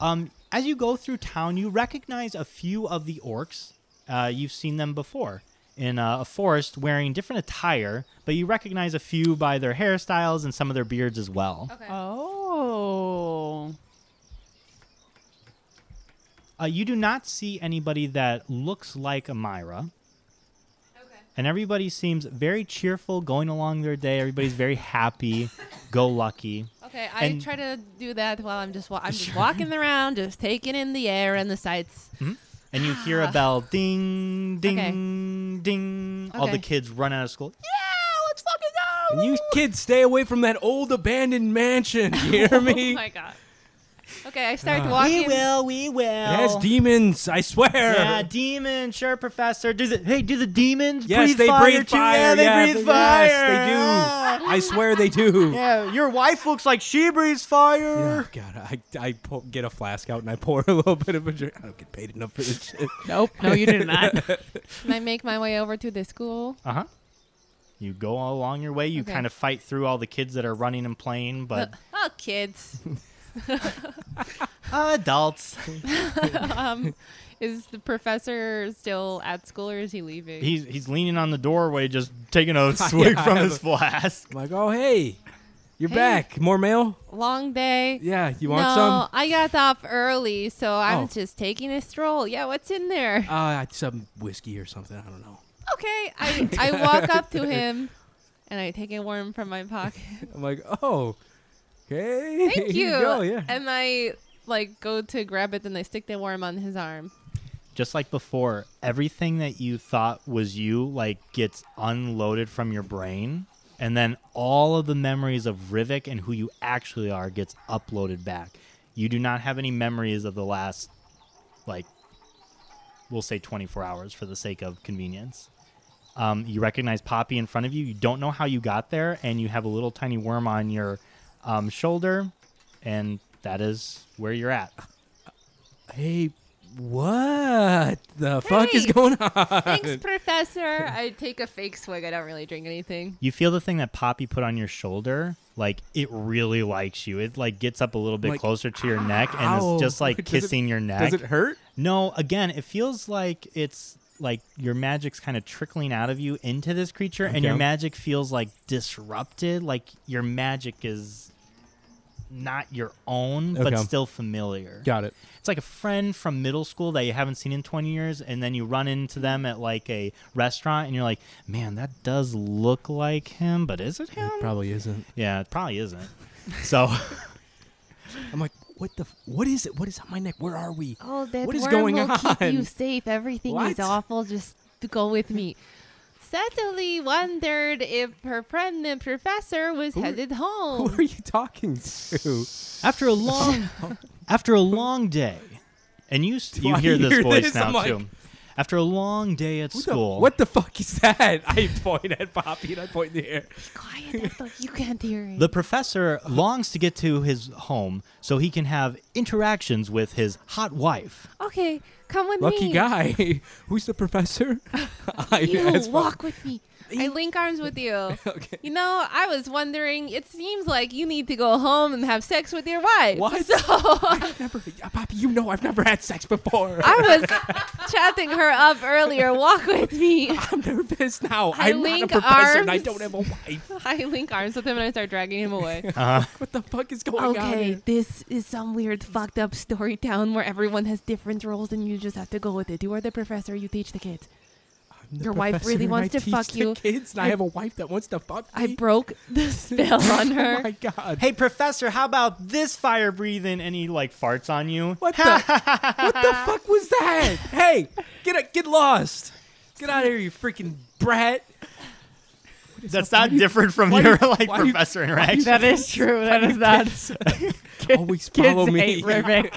Speaker 2: Um, as you go through town, you recognize a few of the orcs. Uh, you've seen them before in uh, a forest wearing different attire, but you recognize a few by their hairstyles and some of their beards as well.
Speaker 4: Oh.
Speaker 2: Uh, you do not see anybody that looks like Amira. And everybody seems very cheerful going along their day. Everybody's very happy, go lucky.
Speaker 1: Okay,
Speaker 2: I And-
Speaker 1: try to do that while I'm just I'm just walking around, just taking in the air and the sights.
Speaker 2: And you hear a bell ding, ding, ding. All the
Speaker 1: Okay.
Speaker 2: kids run out of school.
Speaker 1: Yeah, let's fucking go.
Speaker 3: And you kids stay away from that old abandoned mansion. You hear me?
Speaker 1: my god. Okay, I
Speaker 3: Uh-huh.
Speaker 1: start walking.
Speaker 2: will, we will.
Speaker 3: It has demons, I swear.
Speaker 2: Yeah, demon, sure, professor. Does it, hey, do the demons
Speaker 3: Yes,
Speaker 2: breathe
Speaker 3: they
Speaker 2: fire
Speaker 3: breathe
Speaker 2: too?
Speaker 3: fire.
Speaker 2: Yeah, they
Speaker 3: yeah,
Speaker 2: breathe
Speaker 3: they-
Speaker 2: fire.
Speaker 3: Yes, they do. I swear they do.
Speaker 2: Yeah, your wife looks like she breathes fire.
Speaker 3: Oh, God, I, I po- get a flask out and I pour a little bit of a drink. I don't get paid enough for this shit.
Speaker 4: Nope. No, you did not.
Speaker 1: Can I make my way over to the school?
Speaker 2: Uh huh. You go all along your way. You
Speaker 1: Okay.
Speaker 2: kind of fight through all the kids that are running and playing, but
Speaker 1: Oh, kids.
Speaker 2: adults.
Speaker 1: um, is the professor still at school or is he leaving?
Speaker 2: He's he's leaning on the doorway, just taking a
Speaker 3: swig
Speaker 2: swig
Speaker 3: I from
Speaker 2: from
Speaker 3: have his
Speaker 2: his flask.
Speaker 3: I'm like, oh, hey, you're
Speaker 1: Hey.
Speaker 3: back. More mail?
Speaker 1: Long day.
Speaker 3: Yeah, you want
Speaker 1: no,
Speaker 3: some?
Speaker 1: I got off early, so I'm
Speaker 3: Oh.
Speaker 1: just taking a stroll. Yeah, what's in there?
Speaker 3: Uh, some whiskey or something. I don't know.
Speaker 1: Okay, I, I walk up to him and I take a worm from my pocket.
Speaker 3: I'm like, oh, okay.
Speaker 1: Thank
Speaker 3: Here
Speaker 1: you.
Speaker 3: go, yeah.
Speaker 1: And I like go to grab it and I stick the worm on his arm.
Speaker 2: Just like before, everything that you thought was you like gets unloaded from your brain, and then all of the memories of Rivik and who you actually are gets uploaded back. You do not have any memories of the last, like, we'll say 24 hours for the sake of convenience. Um, you recognize Poppy in front of you. You don't know how you got there, and you have a little tiny worm on your um, shoulder, and that is where you're at.
Speaker 3: Hey, what the fuck is
Speaker 1: Hey.
Speaker 3: going on?
Speaker 1: Thanks, Professor. I take a fake swig. I don't really drink anything.
Speaker 2: You feel the thing that Poppy put on your shoulder, like it really likes you. It like gets up a little bit
Speaker 3: Like,
Speaker 2: closer to your neck and
Speaker 3: ow.
Speaker 2: it's just like
Speaker 3: Does it-
Speaker 2: kissing your neck.
Speaker 3: Does it hurt?
Speaker 2: No, again, it feels like it's like your magic's kind of trickling out of you into this creature, and your
Speaker 3: Okay.
Speaker 2: magic feels like disrupted. Like your magic is not your own, but
Speaker 3: Okay.
Speaker 2: still familiar.
Speaker 3: Got it.
Speaker 2: It's like a friend from middle school that you haven't seen in 20 years, and then you run into them at like a restaurant, and you're like, man, that does look like him, but is it him?
Speaker 3: It probably isn't.
Speaker 2: yeah, it probably isn't. so.
Speaker 3: I'm like, what the? f- What is it? What is on my neck? Where are we?
Speaker 1: Oh, that
Speaker 3: What is
Speaker 1: worm
Speaker 3: going
Speaker 1: will keep
Speaker 3: on?
Speaker 1: you safe. Everything is
Speaker 3: What?
Speaker 1: awful. Just to go with me. Cecily wondered if her friend the professor was headed
Speaker 3: Who
Speaker 1: home.
Speaker 3: are you talking to?
Speaker 2: after a long after a long day and you s-
Speaker 3: Do
Speaker 2: you
Speaker 3: I
Speaker 2: hear this
Speaker 3: hear
Speaker 2: voice
Speaker 3: this?
Speaker 2: now
Speaker 3: I'm like-
Speaker 2: too after a long day at
Speaker 3: Who the-
Speaker 2: school
Speaker 3: what the fuck is that? I point at Poppy and I point in the air.
Speaker 1: Quiet, that's like you can't hear it.
Speaker 2: the professor longs to get to his home so he can have interactions with his hot wife
Speaker 1: okay, come with
Speaker 3: Lucky
Speaker 1: me.
Speaker 3: guy. Who's the professor? I
Speaker 1: You
Speaker 3: that's fu-
Speaker 1: walk with me. I link arms with you.
Speaker 3: Okay.
Speaker 1: You know, I was wondering. It seems like you need to go home and have sex with your wife.
Speaker 3: What?
Speaker 1: So
Speaker 3: I've never, uh, Poppy, you know I've never had sex before.
Speaker 1: I was chatting her up earlier. Walk with me.
Speaker 3: I'm nervous now.
Speaker 1: I
Speaker 3: am not a
Speaker 1: link
Speaker 3: professor and I
Speaker 1: arms.
Speaker 3: don't have a wife.
Speaker 1: I link arms with him and I start dragging him away.
Speaker 2: Uh,
Speaker 3: What the fuck is going on?
Speaker 1: okay,
Speaker 3: here?
Speaker 1: this is some weird fucked up story town where everyone has different roles and you just have to go with it. You are the professor, you teach the kids.
Speaker 3: I'm the
Speaker 1: your wife
Speaker 3: professor
Speaker 1: really
Speaker 3: and
Speaker 1: wants
Speaker 3: I
Speaker 1: to
Speaker 3: teach
Speaker 1: fuck
Speaker 3: the
Speaker 1: you.
Speaker 3: Kids, and I,
Speaker 1: I-
Speaker 3: have a wife that wants to fuck
Speaker 1: I
Speaker 3: me.
Speaker 1: broke the spell on
Speaker 3: Oh
Speaker 1: her.
Speaker 3: my god.
Speaker 2: hey, professor, how about this fire breathing? And he like farts on you.
Speaker 3: What the? what the fuck was that? Hey, get a, get lost. Get out of here, you freaking brat.
Speaker 2: That's not different from
Speaker 3: why do
Speaker 2: your
Speaker 3: you-
Speaker 2: like
Speaker 3: why do you-
Speaker 2: professor interaction.
Speaker 4: That is true. That is not.
Speaker 3: Always follow
Speaker 4: Kids
Speaker 3: me.
Speaker 4: hate Rivik.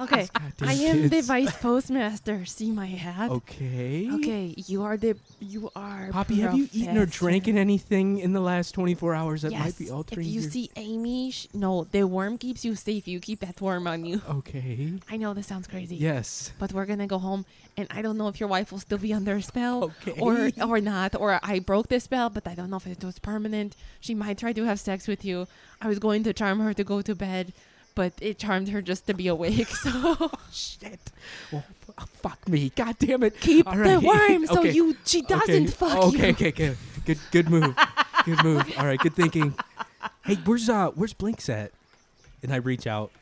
Speaker 1: Okay,
Speaker 3: Goddamn
Speaker 1: I am the
Speaker 3: kids. Oh.
Speaker 1: vice postmaster. See my hat?
Speaker 3: Okay.
Speaker 1: Okay, you are the you are
Speaker 3: Poppy, have you eaten or
Speaker 1: professor.
Speaker 3: drank anything in the last 24 hours that
Speaker 1: yes.
Speaker 3: might be altering
Speaker 1: If you
Speaker 3: your...
Speaker 1: see Amy, sh- no, the worm keeps you safe. You keep that worm on you.
Speaker 3: Okay.
Speaker 1: I know this sounds crazy.
Speaker 3: Yes.
Speaker 1: But we're gonna go home, and I don't know if your wife will still be under a spell,
Speaker 3: Okay.
Speaker 1: or or not, or I broke the spell, but I don't know if it was permanent. She might try to have sex with you. I was going to charm her to go to bed, but it charmed her just to be awake. So
Speaker 3: Shit. Oh, f- fuck me. God damn it.
Speaker 1: keep
Speaker 3: All
Speaker 1: the
Speaker 3: right.
Speaker 1: worm, so
Speaker 3: Okay.
Speaker 1: you she
Speaker 3: Okay. Oh,
Speaker 1: doesn't fuck
Speaker 3: okay,
Speaker 1: you.
Speaker 3: Okay, okay, good, good move, good move. All right, good thinking. Hey, where's uh, where's Blinks at? And I reach out.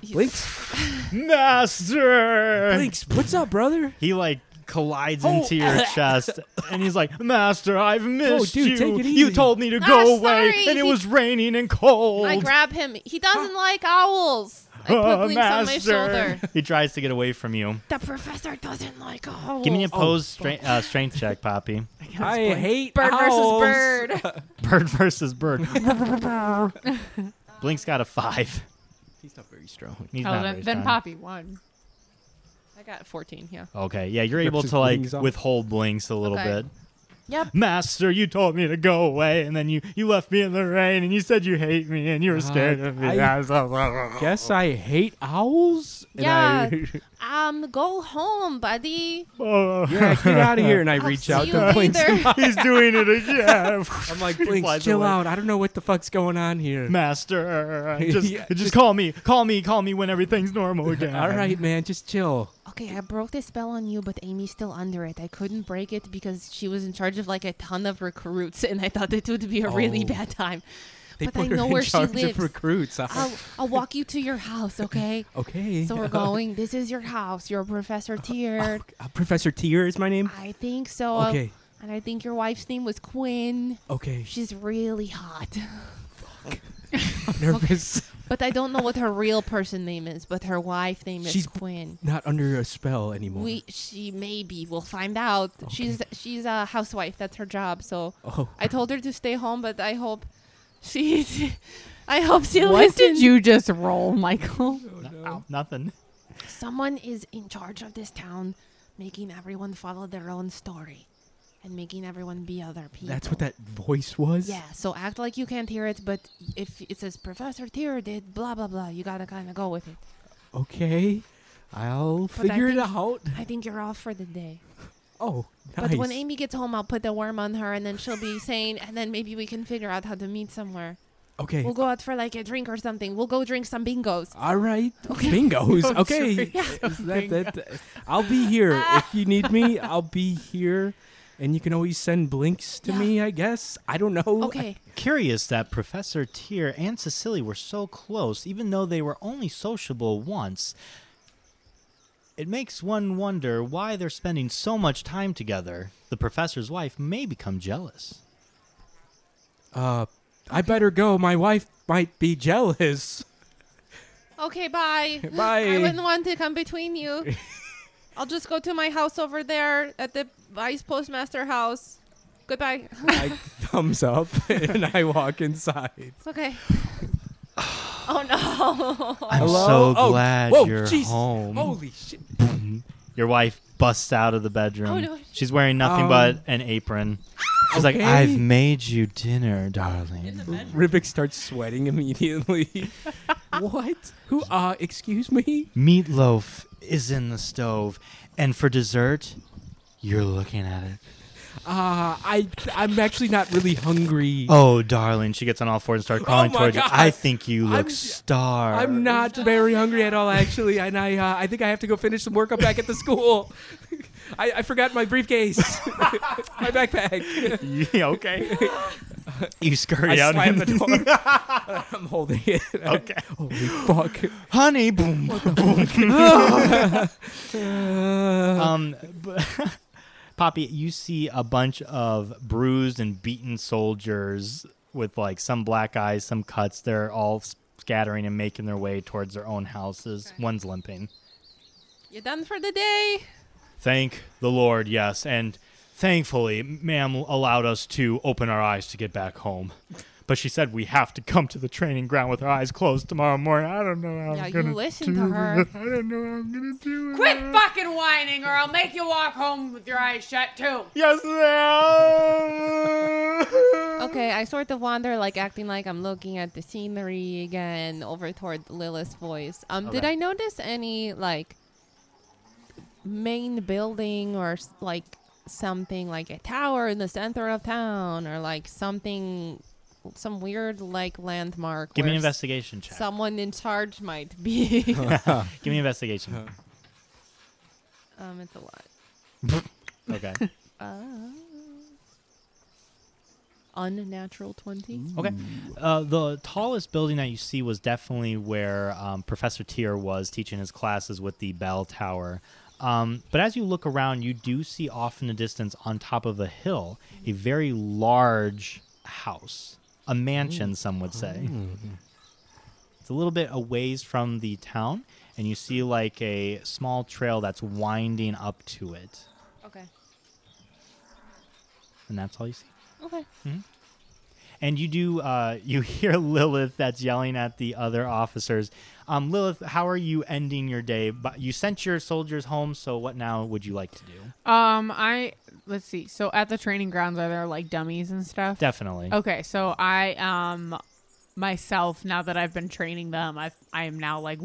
Speaker 1: You-
Speaker 3: Blinks,
Speaker 2: Master.
Speaker 3: Blinks, what's up, brother?
Speaker 2: He like collides
Speaker 3: Oh.
Speaker 2: into your chest and he's like, Master, I've missed
Speaker 3: dude,
Speaker 2: you.
Speaker 3: take it
Speaker 2: You
Speaker 3: easy."
Speaker 2: told me to go
Speaker 1: Ah,
Speaker 2: away
Speaker 1: sorry,
Speaker 2: and it
Speaker 1: he-
Speaker 2: was raining and cold.
Speaker 1: I grab him. He doesn't like owls. I put
Speaker 2: Oh,
Speaker 1: Blinks on my
Speaker 2: master.
Speaker 1: shoulder.
Speaker 2: He tries to get away from you.
Speaker 1: The professor doesn't like owls.
Speaker 2: Give me an opposed stra- uh, strength check, Poppy.
Speaker 3: I hate
Speaker 1: bird
Speaker 3: owls.
Speaker 1: versus bird.
Speaker 2: Bird versus bird. Blink's got a five.
Speaker 3: He's not very strong.
Speaker 2: He's
Speaker 4: Oh,
Speaker 2: not
Speaker 4: then,
Speaker 2: very
Speaker 4: then
Speaker 2: strong.
Speaker 4: Poppy won.
Speaker 1: I got 14. Yeah.
Speaker 2: Okay, yeah, you're
Speaker 3: Rips
Speaker 2: able
Speaker 3: his
Speaker 2: to like
Speaker 3: wings off.
Speaker 2: withhold blinks a little
Speaker 1: Okay.
Speaker 2: bit.
Speaker 1: Yep.
Speaker 2: Master, you told me to go away, and then you you left me in the rain, and you said you hate me, and you were scared
Speaker 3: Uh,
Speaker 2: of me.
Speaker 3: I-
Speaker 2: I was like,
Speaker 3: Guess I hate owls. And I,
Speaker 1: Um, go home, buddy.
Speaker 2: "Oh."
Speaker 3: yeah, get out of here. And I reach
Speaker 1: see
Speaker 3: out
Speaker 1: you
Speaker 3: to Blinks.
Speaker 1: later.
Speaker 2: He's doing it again.
Speaker 3: I'm like,
Speaker 2: He flies
Speaker 3: Blinks, chill
Speaker 2: away.
Speaker 3: out. I don't know what the fuck's going on here.
Speaker 2: Master, just,
Speaker 3: Yeah,
Speaker 2: just
Speaker 3: just-
Speaker 2: call me, call me, call me when everything's normal again.
Speaker 3: All right, man, just chill.
Speaker 1: Okay, I broke the spell on you, but Amy's still under it. I couldn't break it because she was in charge of like a ton of recruits, and I thought it would be a really
Speaker 3: Oh.
Speaker 1: bad time.
Speaker 3: They
Speaker 1: But
Speaker 3: put
Speaker 1: I
Speaker 3: her
Speaker 1: know
Speaker 3: in
Speaker 1: where she
Speaker 3: charge
Speaker 1: lives.
Speaker 3: of recruits. I-
Speaker 1: I'll, I'll walk you to your house, okay?
Speaker 3: okay.
Speaker 1: So we're going. This is your house. You're Professor Tier.
Speaker 3: Uh, Professor Tier is my name.
Speaker 1: I think so.
Speaker 3: Okay.
Speaker 1: And I think your wife's name was Quinn.
Speaker 3: Okay.
Speaker 1: She's really hot.
Speaker 3: I'm nervous.
Speaker 1: But I don't know what her real person name is, but her wife name is
Speaker 3: She's-
Speaker 1: Quinn.
Speaker 3: Not under a spell anymore.
Speaker 1: We she maybe we'll find out. She's she's a housewife. That's her job. So
Speaker 3: oh.
Speaker 1: I told her to stay home, but I hope she I hope she
Speaker 4: What did
Speaker 1: listens.
Speaker 4: you just roll, Michael?
Speaker 2: Ow, nothing.
Speaker 1: Someone is in charge of this town, making everyone follow their own story, and making everyone be other people.
Speaker 3: That's what that voice was?
Speaker 1: Yeah, so act like you can't hear it, but if it says Professor Tyr did blah blah blah, you gotta kind of go with it.
Speaker 3: Okay. I'll
Speaker 1: I
Speaker 3: figure it
Speaker 1: think-
Speaker 3: out.
Speaker 1: I think you're off for the day.
Speaker 3: Oh, nice.
Speaker 1: But when Amy gets home, I'll put the worm on her, and then she'll be sane, and then maybe we can figure out how to meet somewhere.
Speaker 3: okay.
Speaker 1: We'll go out for like a drink or something. We'll go drink some bingos.
Speaker 3: All right. Bingo's.
Speaker 1: Oh,
Speaker 3: okay. Is that- that- I'll be here. if you need me, I'll be here. And you can always send blinks to
Speaker 1: Yeah.
Speaker 3: me, I guess. I don't know.
Speaker 1: Okay.
Speaker 2: Curious that Professor Tyr and Cecily were so close, even though they were only sociable once. It makes one wonder why they're spending so much time together. The professor's wife may become jealous.
Speaker 3: Uh, I better go. My wife might be jealous.
Speaker 1: Okay, bye.
Speaker 3: Bye.
Speaker 1: I wouldn't want to come between you. I'll just go to my house over there at the vice postmaster house. Goodbye.
Speaker 3: I thumbs up and I walk inside.
Speaker 1: It's okay. oh no.
Speaker 2: I'm
Speaker 3: Hello?
Speaker 2: so
Speaker 3: Oh,
Speaker 2: glad
Speaker 3: whoa,
Speaker 2: you're
Speaker 3: Jesus.
Speaker 2: home.
Speaker 3: Holy shit.
Speaker 2: Your wife busts out of the bedroom.
Speaker 1: Oh, no.
Speaker 2: She's wearing nothing
Speaker 3: Um,
Speaker 2: but an apron. She's like,
Speaker 3: okay.
Speaker 2: I've made you dinner, darling.
Speaker 3: Rivik starts sweating immediately. what? Who? Uh, excuse me?
Speaker 2: Meatloaf is in the stove, and for dessert, you're looking at it.
Speaker 3: Uh, I I'm actually not really hungry.
Speaker 2: Oh, darling. She gets on all fours and starts crawling
Speaker 3: Oh my
Speaker 2: towards you.
Speaker 3: God.
Speaker 2: I think you
Speaker 3: I'm-
Speaker 2: look starved.
Speaker 3: I'm not very hungry at all, actually, and I uh, I think I have to go finish some work up back at the school. I, I forgot my briefcase, my backpack.
Speaker 2: Yeah, okay. you
Speaker 3: I
Speaker 2: scurry out.
Speaker 3: slammed the
Speaker 2: and-
Speaker 3: door. I'm holding it.
Speaker 2: Okay.
Speaker 3: Holy fuck.
Speaker 2: Honey, boom.
Speaker 3: Uh,
Speaker 2: um, b- Poppy, you see a bunch of bruised and beaten soldiers with like some black eyes, some cuts. They're all s- scattering and making their way towards their own houses. One's limping.
Speaker 1: You done for the day?
Speaker 2: Thank the Lord, yes. And thankfully, ma'am allowed us to open our eyes to get back home. But she said we have to come to the training ground with our eyes closed tomorrow morning. I don't know how
Speaker 1: yeah,
Speaker 2: I'm
Speaker 1: you
Speaker 2: gonna
Speaker 1: listen to her.
Speaker 2: I don't know how I'm gonna do it.
Speaker 7: Quit fucking whining, or I'll make you walk home with your eyes shut too.
Speaker 2: Yes, ma'am.
Speaker 1: Okay, I sort of wander, like acting like I'm looking at the scenery again, over toward Lilith's voice. Um, did
Speaker 2: Okay.
Speaker 1: I notice any like main building or s- like something like a tower in the center of town or like something, some weird like landmark?
Speaker 2: Give me an
Speaker 1: where s-
Speaker 2: investigation check.
Speaker 1: Someone in charge might be.
Speaker 2: Give me an investigation.
Speaker 1: um, it's a lot.
Speaker 2: okay.
Speaker 1: Uh, unnatural twenty.
Speaker 2: Okay. Uh, the tallest building that you see was definitely where um, Professor Tier was teaching his classes with the bell tower. Um, but as you look around, you do see off in the distance on top of a hill a very large house, a mansion, some would say. It's a little bit a ways from the town, and you see like a small trail that's winding up to it.
Speaker 1: Okay.
Speaker 2: And that's all you see.
Speaker 1: Okay.
Speaker 2: and you do uh, you hear Lilith that's yelling at the other officers. Um, Lilith, how are you ending your day? But you sent your soldiers home, so what now would you like to do?
Speaker 4: Um, I let's see. So at the training grounds, are there like dummies and stuff?
Speaker 2: Definitely.
Speaker 4: Okay, so I um myself now that I've been training them, I I am now like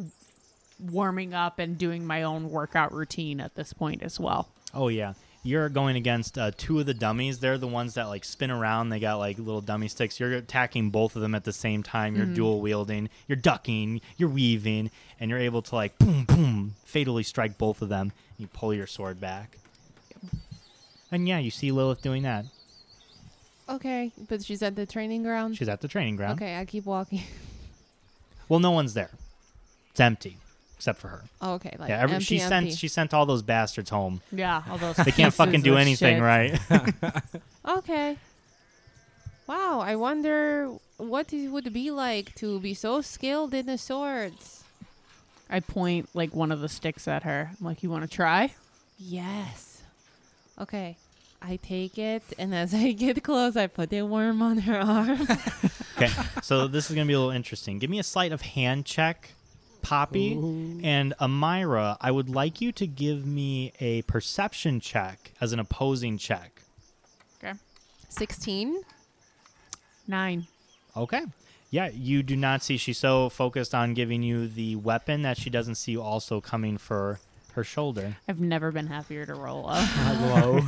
Speaker 4: warming up and doing my own workout routine at this point as well.
Speaker 2: Oh yeah, you're going against uh, two of the dummies. They're the ones that like spin around. They got like little dummy sticks. You're attacking both of them at the same time. You're dual wielding. You're ducking. You're weaving, and you're able to like boom, boom, fatally strike both of them. You pull your sword back. And yeah, you see Lilith doing that.
Speaker 1: Okay, but she's at the training ground.
Speaker 2: She's at the training ground.
Speaker 1: Okay, I keep walking.
Speaker 2: Well, no one's there. It's empty, except for her.
Speaker 1: Oh, okay, like
Speaker 2: yeah, every,
Speaker 1: empty,
Speaker 2: she sent
Speaker 1: empty.
Speaker 2: she sent all those bastards home.
Speaker 4: Yeah, all those
Speaker 2: They can't fucking do anything, right?
Speaker 1: okay. Wow, I wonder what it would be like to be so skilled in the swords.
Speaker 4: I point like one of the sticks at her. I'm like, "You want to try?"
Speaker 1: Yes. Okay, I take it, and as I get close, I put a worm on her arm.
Speaker 2: okay, so this is gonna be a little interesting. Give me a sleight of hand check, Poppy and Amira. I would like you to give me a perception check as an opposing check.
Speaker 4: Okay.
Speaker 1: 16.
Speaker 4: 9.
Speaker 2: Okay. Yeah, you do not see. She's so focused on giving you the weapon that she doesn't see you also coming for her shoulder.
Speaker 4: I've never been happier to roll up.
Speaker 2: Hello.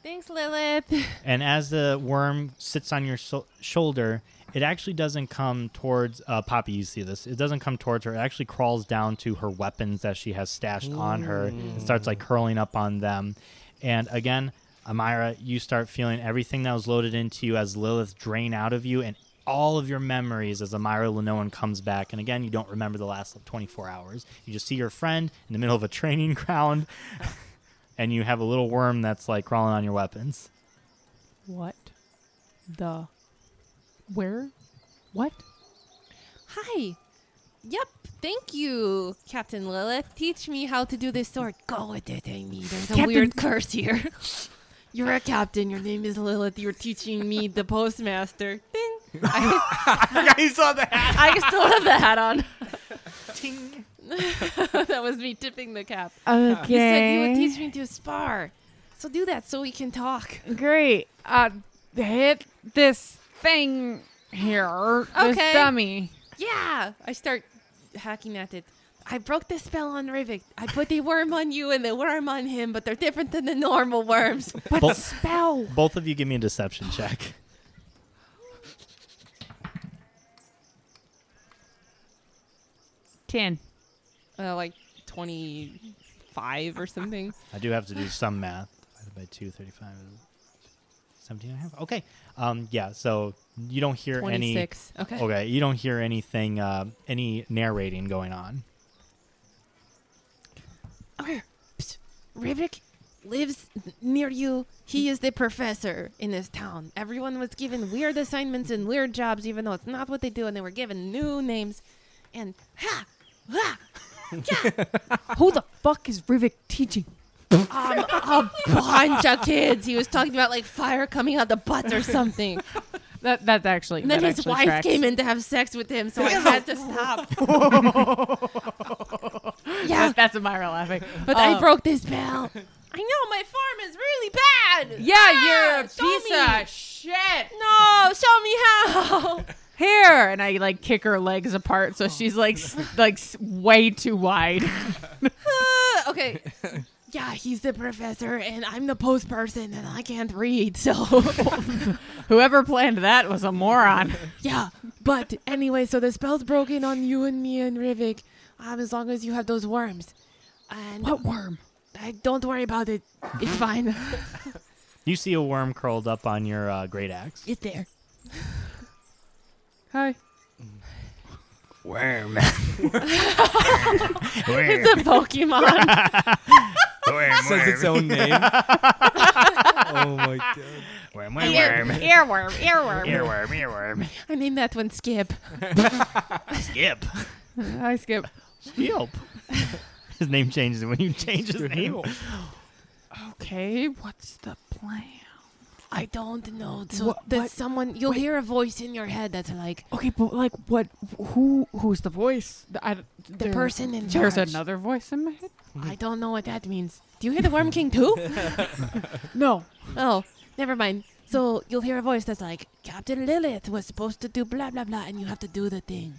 Speaker 1: Thanks, Lilith.
Speaker 2: And as the worm sits on your so- shoulder, it actually doesn't come towards uh, Poppy. You see this? It doesn't come towards her. It actually crawls down to her weapons that she has stashed on her. It starts like curling up on them. And again, Amira, you start feeling everything that was loaded into you as Lilith drain out of you and all of your memories as Amira Lenoan comes back. And again, you don't remember the last like, 24 hours. You just see your friend in the middle of a training ground, and you have a little worm that's like crawling on your weapons.
Speaker 4: what the where? What?
Speaker 1: Hi. Yep, thank you, Captain Lilith. Teach me how to do this sword. Go with it, Amy. There's a weird curse here. You're a captain. Your name is Lilith. You're teaching me the postmaster. Ding. I,
Speaker 2: He saw the hat.
Speaker 1: I still have the hat on. that was me tipping the cap.
Speaker 4: Okay.
Speaker 1: You said you would teach me to spar. So do that so we can talk.
Speaker 4: Great. Uh, hit this thing here.
Speaker 1: Okay.
Speaker 4: This dummy.
Speaker 1: Yeah. I start hacking at it. I broke the spell on Rivik. I put the worm on you and the worm on him, but they're different than the normal worms. But
Speaker 2: Bo-
Speaker 1: spell.
Speaker 2: Both of you give me a deception check.
Speaker 4: Ten.
Speaker 5: Uh, like 25 or something.
Speaker 2: I do have to do some math. Divided by two, 35 is 17 and a half. Okay. Um, yeah, so you don't hear any.
Speaker 1: 26. Okay.
Speaker 2: Okay, you don't hear anything, uh, any narrating going on.
Speaker 1: Okay. Psst. Rivik lives n- near you. He is the professor in this town. Everyone was given weird assignments and weird jobs, even though it's not what they do, and they were given new names. And ha! Ha!
Speaker 4: Who the fuck is Rivik teaching?
Speaker 1: Um, a bunch of kids. He was talking about like fire coming out the butts or something.
Speaker 4: That that actually.
Speaker 1: And
Speaker 4: that
Speaker 1: then his
Speaker 4: actually
Speaker 1: wife
Speaker 4: tracks.
Speaker 1: came in to have sex with him, so I had to stop. yeah,
Speaker 4: That- that's Amira laughing.
Speaker 1: but I
Speaker 4: Um,
Speaker 1: broke this bell. I know my farm is really bad.
Speaker 4: Yeah, you're a
Speaker 1: show
Speaker 4: piece
Speaker 1: me.
Speaker 4: of shit.
Speaker 1: No, show me how.
Speaker 4: Here, and I like kick her legs apart, so she's like s- like s- way too wide.
Speaker 1: Uh, okay. Yeah, he's the professor, and I'm the post person, and I can't read, so.
Speaker 4: Whoever planned that was a moron.
Speaker 1: Yeah, but anyway, so the spell's broken on you and me and Rivik, um, as long as you have those worms. And
Speaker 4: worm?
Speaker 1: I don't worry about it. It's fine.
Speaker 2: You see a worm curled up on your uh, great axe.
Speaker 1: It's there.
Speaker 4: Hi.
Speaker 6: Worm.
Speaker 1: It's
Speaker 6: Worm.
Speaker 1: a Pokemon.
Speaker 6: Worm.
Speaker 3: Says its
Speaker 6: Worm.
Speaker 3: own name. oh my god.
Speaker 6: Worm. Worm. Worm.
Speaker 4: Earworm, earworm.
Speaker 6: Earworm. Earworm.
Speaker 1: I named that one Skip.
Speaker 6: Skip.
Speaker 4: I skip.
Speaker 2: Yelp. his name changes when you change his name.
Speaker 4: Okay, what's the plan?
Speaker 1: I don't know. So
Speaker 4: What-
Speaker 1: there's
Speaker 4: what-
Speaker 1: someone, you'll
Speaker 4: wait.
Speaker 1: hear a voice in your head that's like,
Speaker 4: Okay, but like, what? Who? Who's the voice? The, I,
Speaker 1: the person in
Speaker 4: There's
Speaker 1: charge.
Speaker 4: another voice in my head.
Speaker 1: I don't know what that means. Do you hear the Worm King too?
Speaker 4: No.
Speaker 1: Oh, never mind. So you'll hear a voice that's like, Captain Lilith was supposed to do blah blah blah, and you have to do the thing.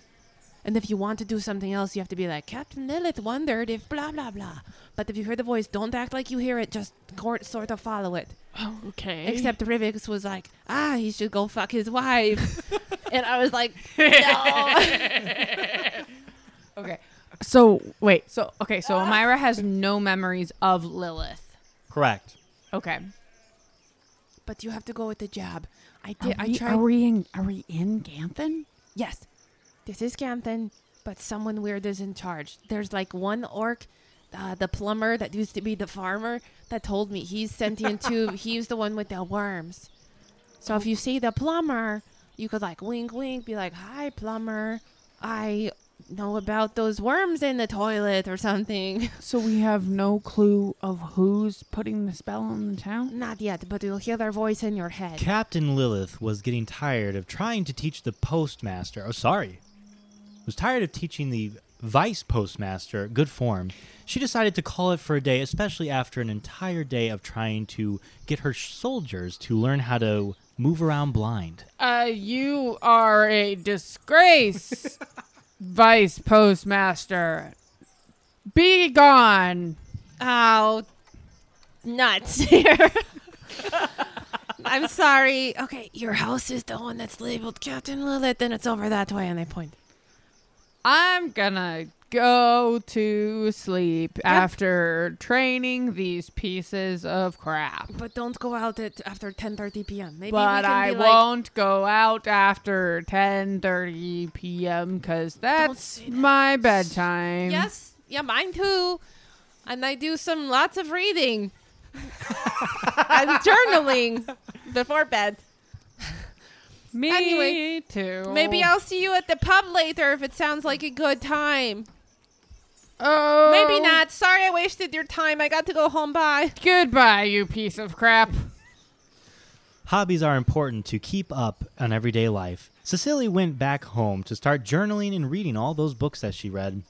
Speaker 1: And if you want to do something else, you have to be like, Captain Lilith wondered if blah blah blah. But if you hear the voice, don't act like you hear it. Just cor- sort of follow it.
Speaker 4: Oh, Okay.
Speaker 1: Except Rivix was like, Ah, he should go fuck his wife. and I was like, No.
Speaker 4: Okay. So wait. Ah. So okay. So Amira has no memories of Lilith.
Speaker 2: Correct.
Speaker 4: Okay.
Speaker 1: but you have to go with the job. I
Speaker 4: Are,
Speaker 1: did. I
Speaker 4: we,
Speaker 1: tried.
Speaker 4: are we in? Are we in Ganthan?
Speaker 1: Yes. This is Ganthan, but someone weird is in charge. There's like one orc, uh, the plumber that used to be the farmer, that told me he's sentient too. He's the one with the worms. So if you see the plumber, you could like wink, wink, be like, hi, plumber. I know about those worms in the toilet or something.
Speaker 4: So we have no clue of who's putting the spell on the town.
Speaker 1: Not yet, but you'll hear their voice in your head.
Speaker 2: Captain Lilith was getting tired of trying to teach the postmaster. Oh, sorry. Was tired of teaching the vice postmaster good form. She decided to call it for a day, especially after an entire day of trying to get her soldiers to learn how to move around blind.
Speaker 4: Uh, you are a disgrace, Vice Postmaster. Be gone.
Speaker 1: Oh, nuts here. I'm sorry. Okay, your house is the one that's labeled Captain Lilith, and it's over that way, and I point.
Speaker 4: I'm gonna go to sleep after training these pieces of crap.
Speaker 1: But don't go out at after 10:30 p.m. Maybe we
Speaker 4: But
Speaker 1: can
Speaker 4: I
Speaker 1: be like,
Speaker 4: won't go out after 10:30 p.m. cuz that's
Speaker 1: say that.
Speaker 4: my bedtime.
Speaker 1: yes, yeah, mine too. And I do some lots of reading and journaling before bed.
Speaker 4: Me
Speaker 1: Anyway,
Speaker 4: too.
Speaker 1: Maybe I'll see you at the pub later if it sounds like a good time.
Speaker 4: Oh.
Speaker 1: Maybe not. Sorry, I wasted your time. I got to go home. Bye.
Speaker 4: Goodbye, you piece of crap.
Speaker 2: Hobbies are important to keep up on everyday life. Cecily went back home to start journaling and reading all those books that she read.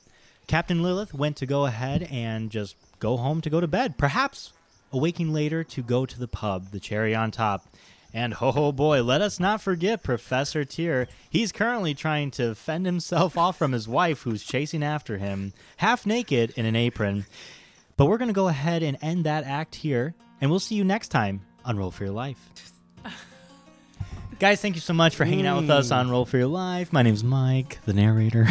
Speaker 2: Captain Lilith went to go ahead and just go home to go to bed, perhaps awaking later to go to the pub, the cherry on top. And ho ho boy, let us not forget Professor Tier. He's currently trying to fend himself off from his wife, who's chasing after him, half naked in an apron. But we're going to go ahead and end that act here, and we'll see you next time on Roll for Your Life. Guys, thank you so much for hanging out with us
Speaker 3: Mm.
Speaker 2: on Roll for Your Life. My name's Mike, the narrator.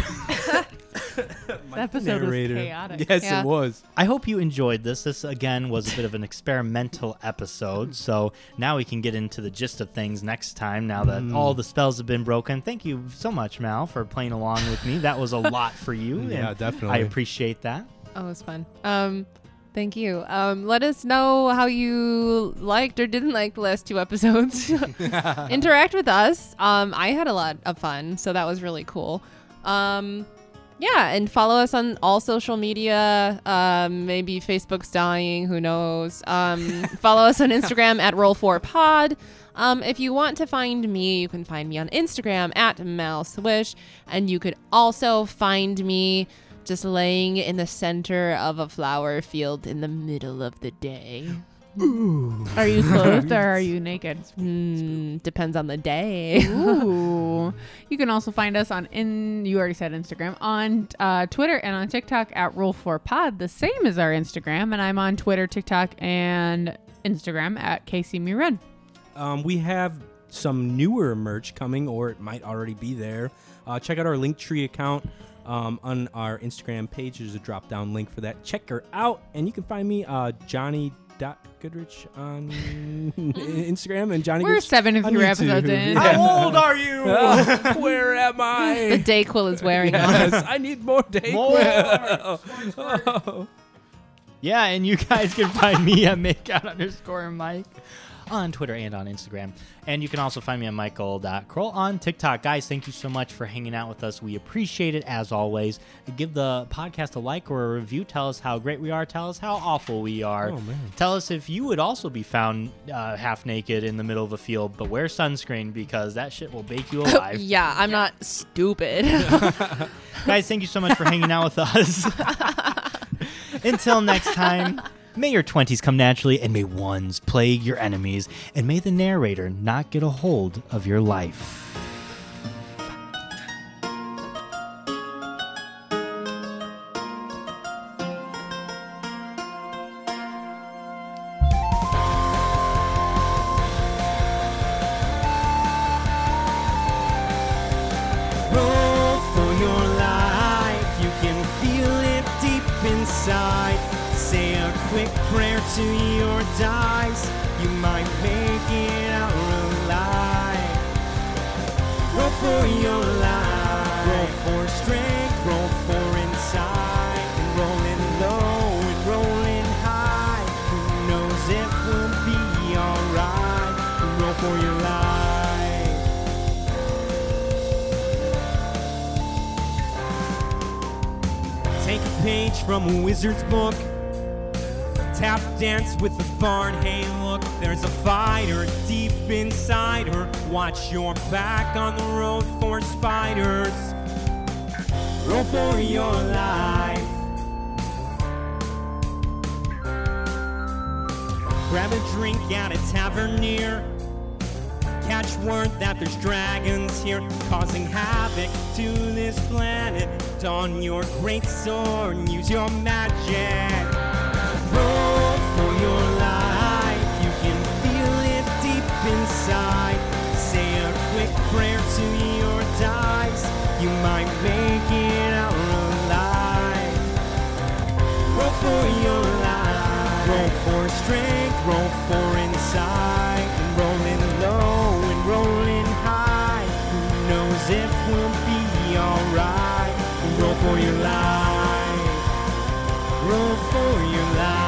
Speaker 4: The episode was chaotic.
Speaker 3: Yes,
Speaker 8: Yeah.
Speaker 3: it was.
Speaker 2: I hope you enjoyed this. This again was a bit of an experimental episode, so now we can get into the gist of things next time. Now that
Speaker 3: Mm.
Speaker 2: all the spells have been broken, thank you so much, Mal, for playing along with me. That was a lot for you. and
Speaker 3: Yeah, definitely.
Speaker 2: I appreciate that.
Speaker 1: Oh, it was fun. Um, thank you. Um, let us know how you liked or didn't like the last two episodes. Interact with us. Um, I had a lot of fun, so that was really cool. Um, yeah, and follow us on all social media. Um, maybe Facebook's dying. Who knows? Um, follow us on Instagram at Roll4Pod. Um, if you want to find me, you can find me on Instagram at MalSwish. And you could also find me just laying in the center of a flower field in the middle of the day.
Speaker 4: Are you clothed or are you naked?
Speaker 1: Mm, depends on the day.
Speaker 4: Ooh. You can also find us on in you already said Instagram on uh, Twitter and on TikTok at Roll Four Pod, the same as our Instagram. And I'm on Twitter, TikTok, and Instagram at Casey Muren.
Speaker 3: Um, we have some newer merch coming, or it might already be there. Uh, check out our Linktree account um, on our Instagram page. There's a drop down link for that. Check her out. And you can find me, uh, Johnny. Goodrich on Instagram and Johnny.
Speaker 4: We're
Speaker 3: Goodrich
Speaker 4: seven of
Speaker 3: on
Speaker 4: your
Speaker 3: YouTube.
Speaker 4: episodes in.
Speaker 3: Yeah.
Speaker 2: How old are you?
Speaker 3: Ah, where am
Speaker 1: the
Speaker 3: I?
Speaker 1: Dayquil is wearing off.
Speaker 3: yes, I need more Dayquil.
Speaker 2: Oh. Yeah, and you guys can find me at makeout underscore Mike on Twitter and on Instagram. And you can also find me at michael.kroll on TikTok. Guys, thank you so much for hanging out with us. We appreciate it as always. Give the podcast a like or a review. Tell us how great we are. Tell us how awful we are.
Speaker 3: Oh, man.
Speaker 2: Tell us if you would also be found uh, half naked in the middle of a field, but wear sunscreen because that shit will bake you alive.
Speaker 1: Yeah, I'm not stupid.
Speaker 2: Guys, thank you so much for hanging out with us. Until next time, may your 20s come naturally and may ones plague your enemies and may the narrator not get a hold of your life. roll for your life. You can feel it deep inside. Say a quick prayer to your dice. You might make it out alive. Roll for your life. Roll for strength. Roll for insight. And rolling low and rolling high. Who knows if we'll be alright? Roll for your life. Take a page from a wizard's book. Tap dance with the bard. Hey, look, there's a fighter deep inside her. Watch your back on the road for spiders. Roll for your life. Grab a drink at a tavern near. Catch word that there's dragons here causing havoc to this planet. Don your great sword and use your magic. Roll for your life, you can feel it deep inside. Say a quick prayer to your dice, you might make it out alive. Roll for your life. Roll for strength, roll for insight. And rolling low and rolling high. Who knows if we'll be alright? Roll for your life. Roll for your life.